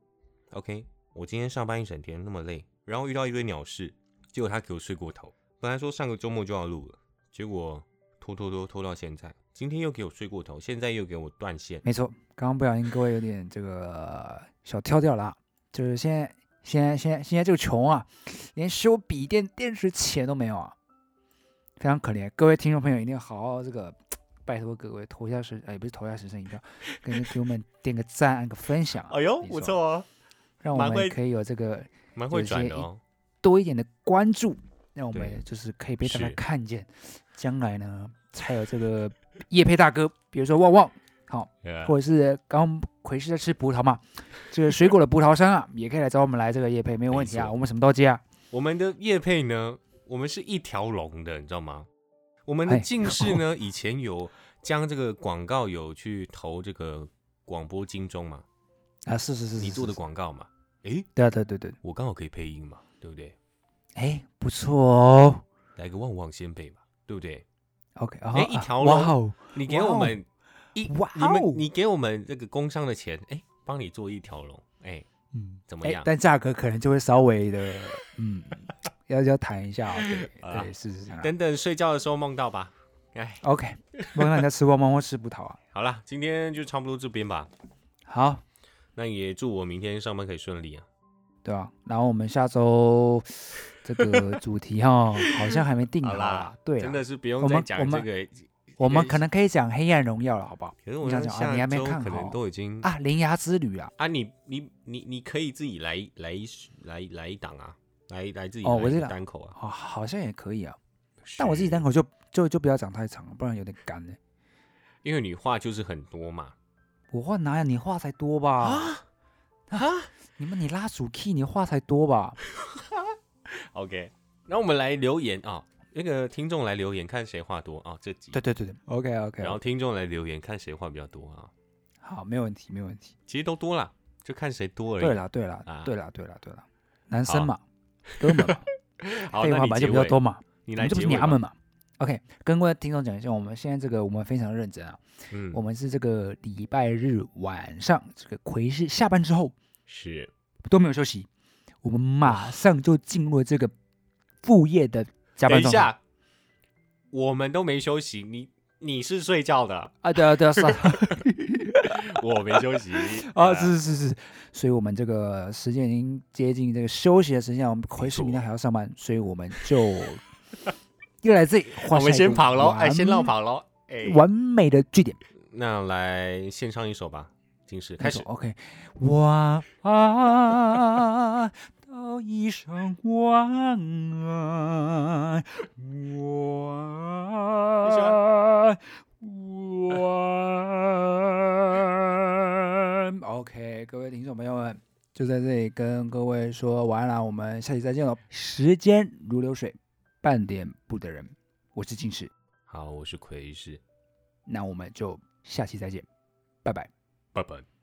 Speaker 1: OK，我今天上班一整天那么累，然后遇到一堆鸟事，结果他给我睡过头。本来说上个周末就要录了，结果拖拖拖拖到现在，今天又给我睡过头，现在又给我断线。
Speaker 2: 没错，刚刚不小心各位有点这个小跳掉了啊，就是现在现在现在现在这个穷啊，连修笔电电池钱都没有啊，非常可怜。各位听众朋友一定要好好这个，拜托各位投一下神，哎，不是投一下神圣一票，跟给我们点个赞，按个分享啊、没错，
Speaker 1: 哦，
Speaker 2: 让我
Speaker 1: 蛮
Speaker 2: 们
Speaker 1: 会
Speaker 2: 可以有这个
Speaker 1: 蛮会转的哦。
Speaker 2: 多一点的关注，让我
Speaker 1: 对
Speaker 2: 们就是可以被大家
Speaker 1: 是
Speaker 2: 看见，将来呢才有这个叶配大哥，比如说旺旺。
Speaker 1: Yeah
Speaker 2: 或者是刚奎是在吃葡萄嘛，这个水果的葡萄 商啊，也可以来找我们来这个夜配，没有问题
Speaker 1: 没
Speaker 2: 啊，
Speaker 1: 错
Speaker 2: 我们什么都接啊。
Speaker 1: 我们的叶配呢，我们是一条龙的，你知道吗？我们的
Speaker 2: 哎
Speaker 1: 近视 呢，以前有将这个广告有去投这个广播金钟嘛，
Speaker 2: 啊，是是是是，
Speaker 1: 你做的
Speaker 2: 是，
Speaker 1: 广告嘛，诶，
Speaker 2: 对啊对对对，
Speaker 1: 我刚好可以配音嘛，对不对？
Speaker 2: 哎，不错哦。
Speaker 1: 来个旺旺先辈嘛，对不对？
Speaker 2: OK，
Speaker 1: 哎
Speaker 2: 哎
Speaker 1: 一条龙
Speaker 2: 哇哦，
Speaker 1: 你给我
Speaker 2: 哇哦
Speaker 1: 们一，
Speaker 2: 哇
Speaker 1: 你们
Speaker 2: 哦
Speaker 1: 你给我们这个工商的钱，哎，帮你做一条龙，哎，
Speaker 2: 嗯，
Speaker 1: 怎么
Speaker 2: 哎
Speaker 1: 样，？
Speaker 2: 但价格可能就会稍微的， 嗯，要要谈一下啊，对
Speaker 1: 啊
Speaker 2: 对，是是是。
Speaker 1: 等等睡觉的时候梦到吧。哎，
Speaker 2: OK，不能让人家吃旺旺或吃葡萄 啊。
Speaker 1: 好啦，今天就差不多这边吧。
Speaker 2: 好，
Speaker 1: 那也祝我明天上班可以顺利啊。
Speaker 2: 对啊，然后我们下周这个主题哈，好像还没定
Speaker 1: 好
Speaker 2: 啊
Speaker 1: 啦，
Speaker 2: 对
Speaker 1: 真
Speaker 2: 啊
Speaker 1: 的，是不用
Speaker 2: 我
Speaker 1: 再
Speaker 2: 们
Speaker 1: 讲
Speaker 2: 我
Speaker 1: 这
Speaker 2: 们
Speaker 1: 个，
Speaker 2: 我们
Speaker 1: 也
Speaker 2: 可能可以讲《黑暗荣耀》了，好不好？
Speaker 1: 可是我
Speaker 2: 你
Speaker 1: 想
Speaker 2: 想讲啊你
Speaker 1: 下
Speaker 2: 还没
Speaker 1: 周
Speaker 2: 看
Speaker 1: 可能
Speaker 2: 好
Speaker 1: 都已经
Speaker 2: 啊，铃芽之旅啊。
Speaker 1: 啊，你你你你可以自己来来一来来一档啊，来来自己
Speaker 2: 哦
Speaker 1: 来
Speaker 2: 我
Speaker 1: 一
Speaker 2: 知
Speaker 1: 个
Speaker 2: 道
Speaker 1: 单口啊。
Speaker 2: 哦，好像也可以啊，但我自己
Speaker 1: 是
Speaker 2: 单口就就就不要讲太长了，不然有点干呢。
Speaker 1: 因为你话就是很多嘛。
Speaker 2: 我话哪有你话才多吧？ 啊你们你拉主 key，你话才多吧？
Speaker 1: OK，那我们来留言啊、那个听众来留言，看谁话多啊、这集。
Speaker 2: 对对对对，OK OK，
Speaker 1: 然后听众来留言，看谁话比较多啊。
Speaker 2: 好，没有问题，没有问题。
Speaker 1: 其实都多啦，就看谁多而已。
Speaker 2: 对啦对啦
Speaker 1: 啊
Speaker 2: 对啦对啦对啦，男生
Speaker 1: 好
Speaker 2: 嘛，哥们嘛，
Speaker 1: 好，
Speaker 2: 废
Speaker 1: 那
Speaker 2: 话
Speaker 1: 你
Speaker 2: 本来
Speaker 1: 结
Speaker 2: 就比较
Speaker 1: 尾
Speaker 2: 多，嘛，
Speaker 1: 你
Speaker 2: 我
Speaker 1: 来
Speaker 2: 们这不
Speaker 1: 结
Speaker 2: 是
Speaker 1: 尾吧
Speaker 2: 娘们嘛？OK，跟各位听众讲一下，我们现在这个我们非常认真啊，
Speaker 1: 嗯，
Speaker 2: 我们是这个礼拜日晚上，这个奎是下班之后
Speaker 1: 是
Speaker 2: 都没有休息，我们马上就进入了这个副业的加
Speaker 1: 等
Speaker 2: 班
Speaker 1: 一
Speaker 2: 状态
Speaker 1: 下，我们都没休息，你你是睡觉的，
Speaker 2: 啊！对啊，对啊，是啊，
Speaker 1: 我没休息
Speaker 2: 啊，是是是是，所以我们这个时间已经接近这个休息的时间，我们回市明天还要上班，所以我们 就又来这里画
Speaker 1: 我
Speaker 2: 下一个完，
Speaker 1: 们先跑喽，哎，先绕跑喽，哎，
Speaker 2: 完美的句点，
Speaker 1: 那来献上一首吧，近视
Speaker 2: 没
Speaker 1: 开
Speaker 2: 错
Speaker 1: 始，
Speaker 2: ，OK，晚安，道一声晚安，晚安，晚安。OK，各位听众朋友们，就在这里跟各位说晚安啦，我们下期再见喽。时间如流水，半点不等人。我是金石，
Speaker 1: 好，我是奎士，
Speaker 2: 那我们就下期再见，拜拜。
Speaker 1: 拜拜。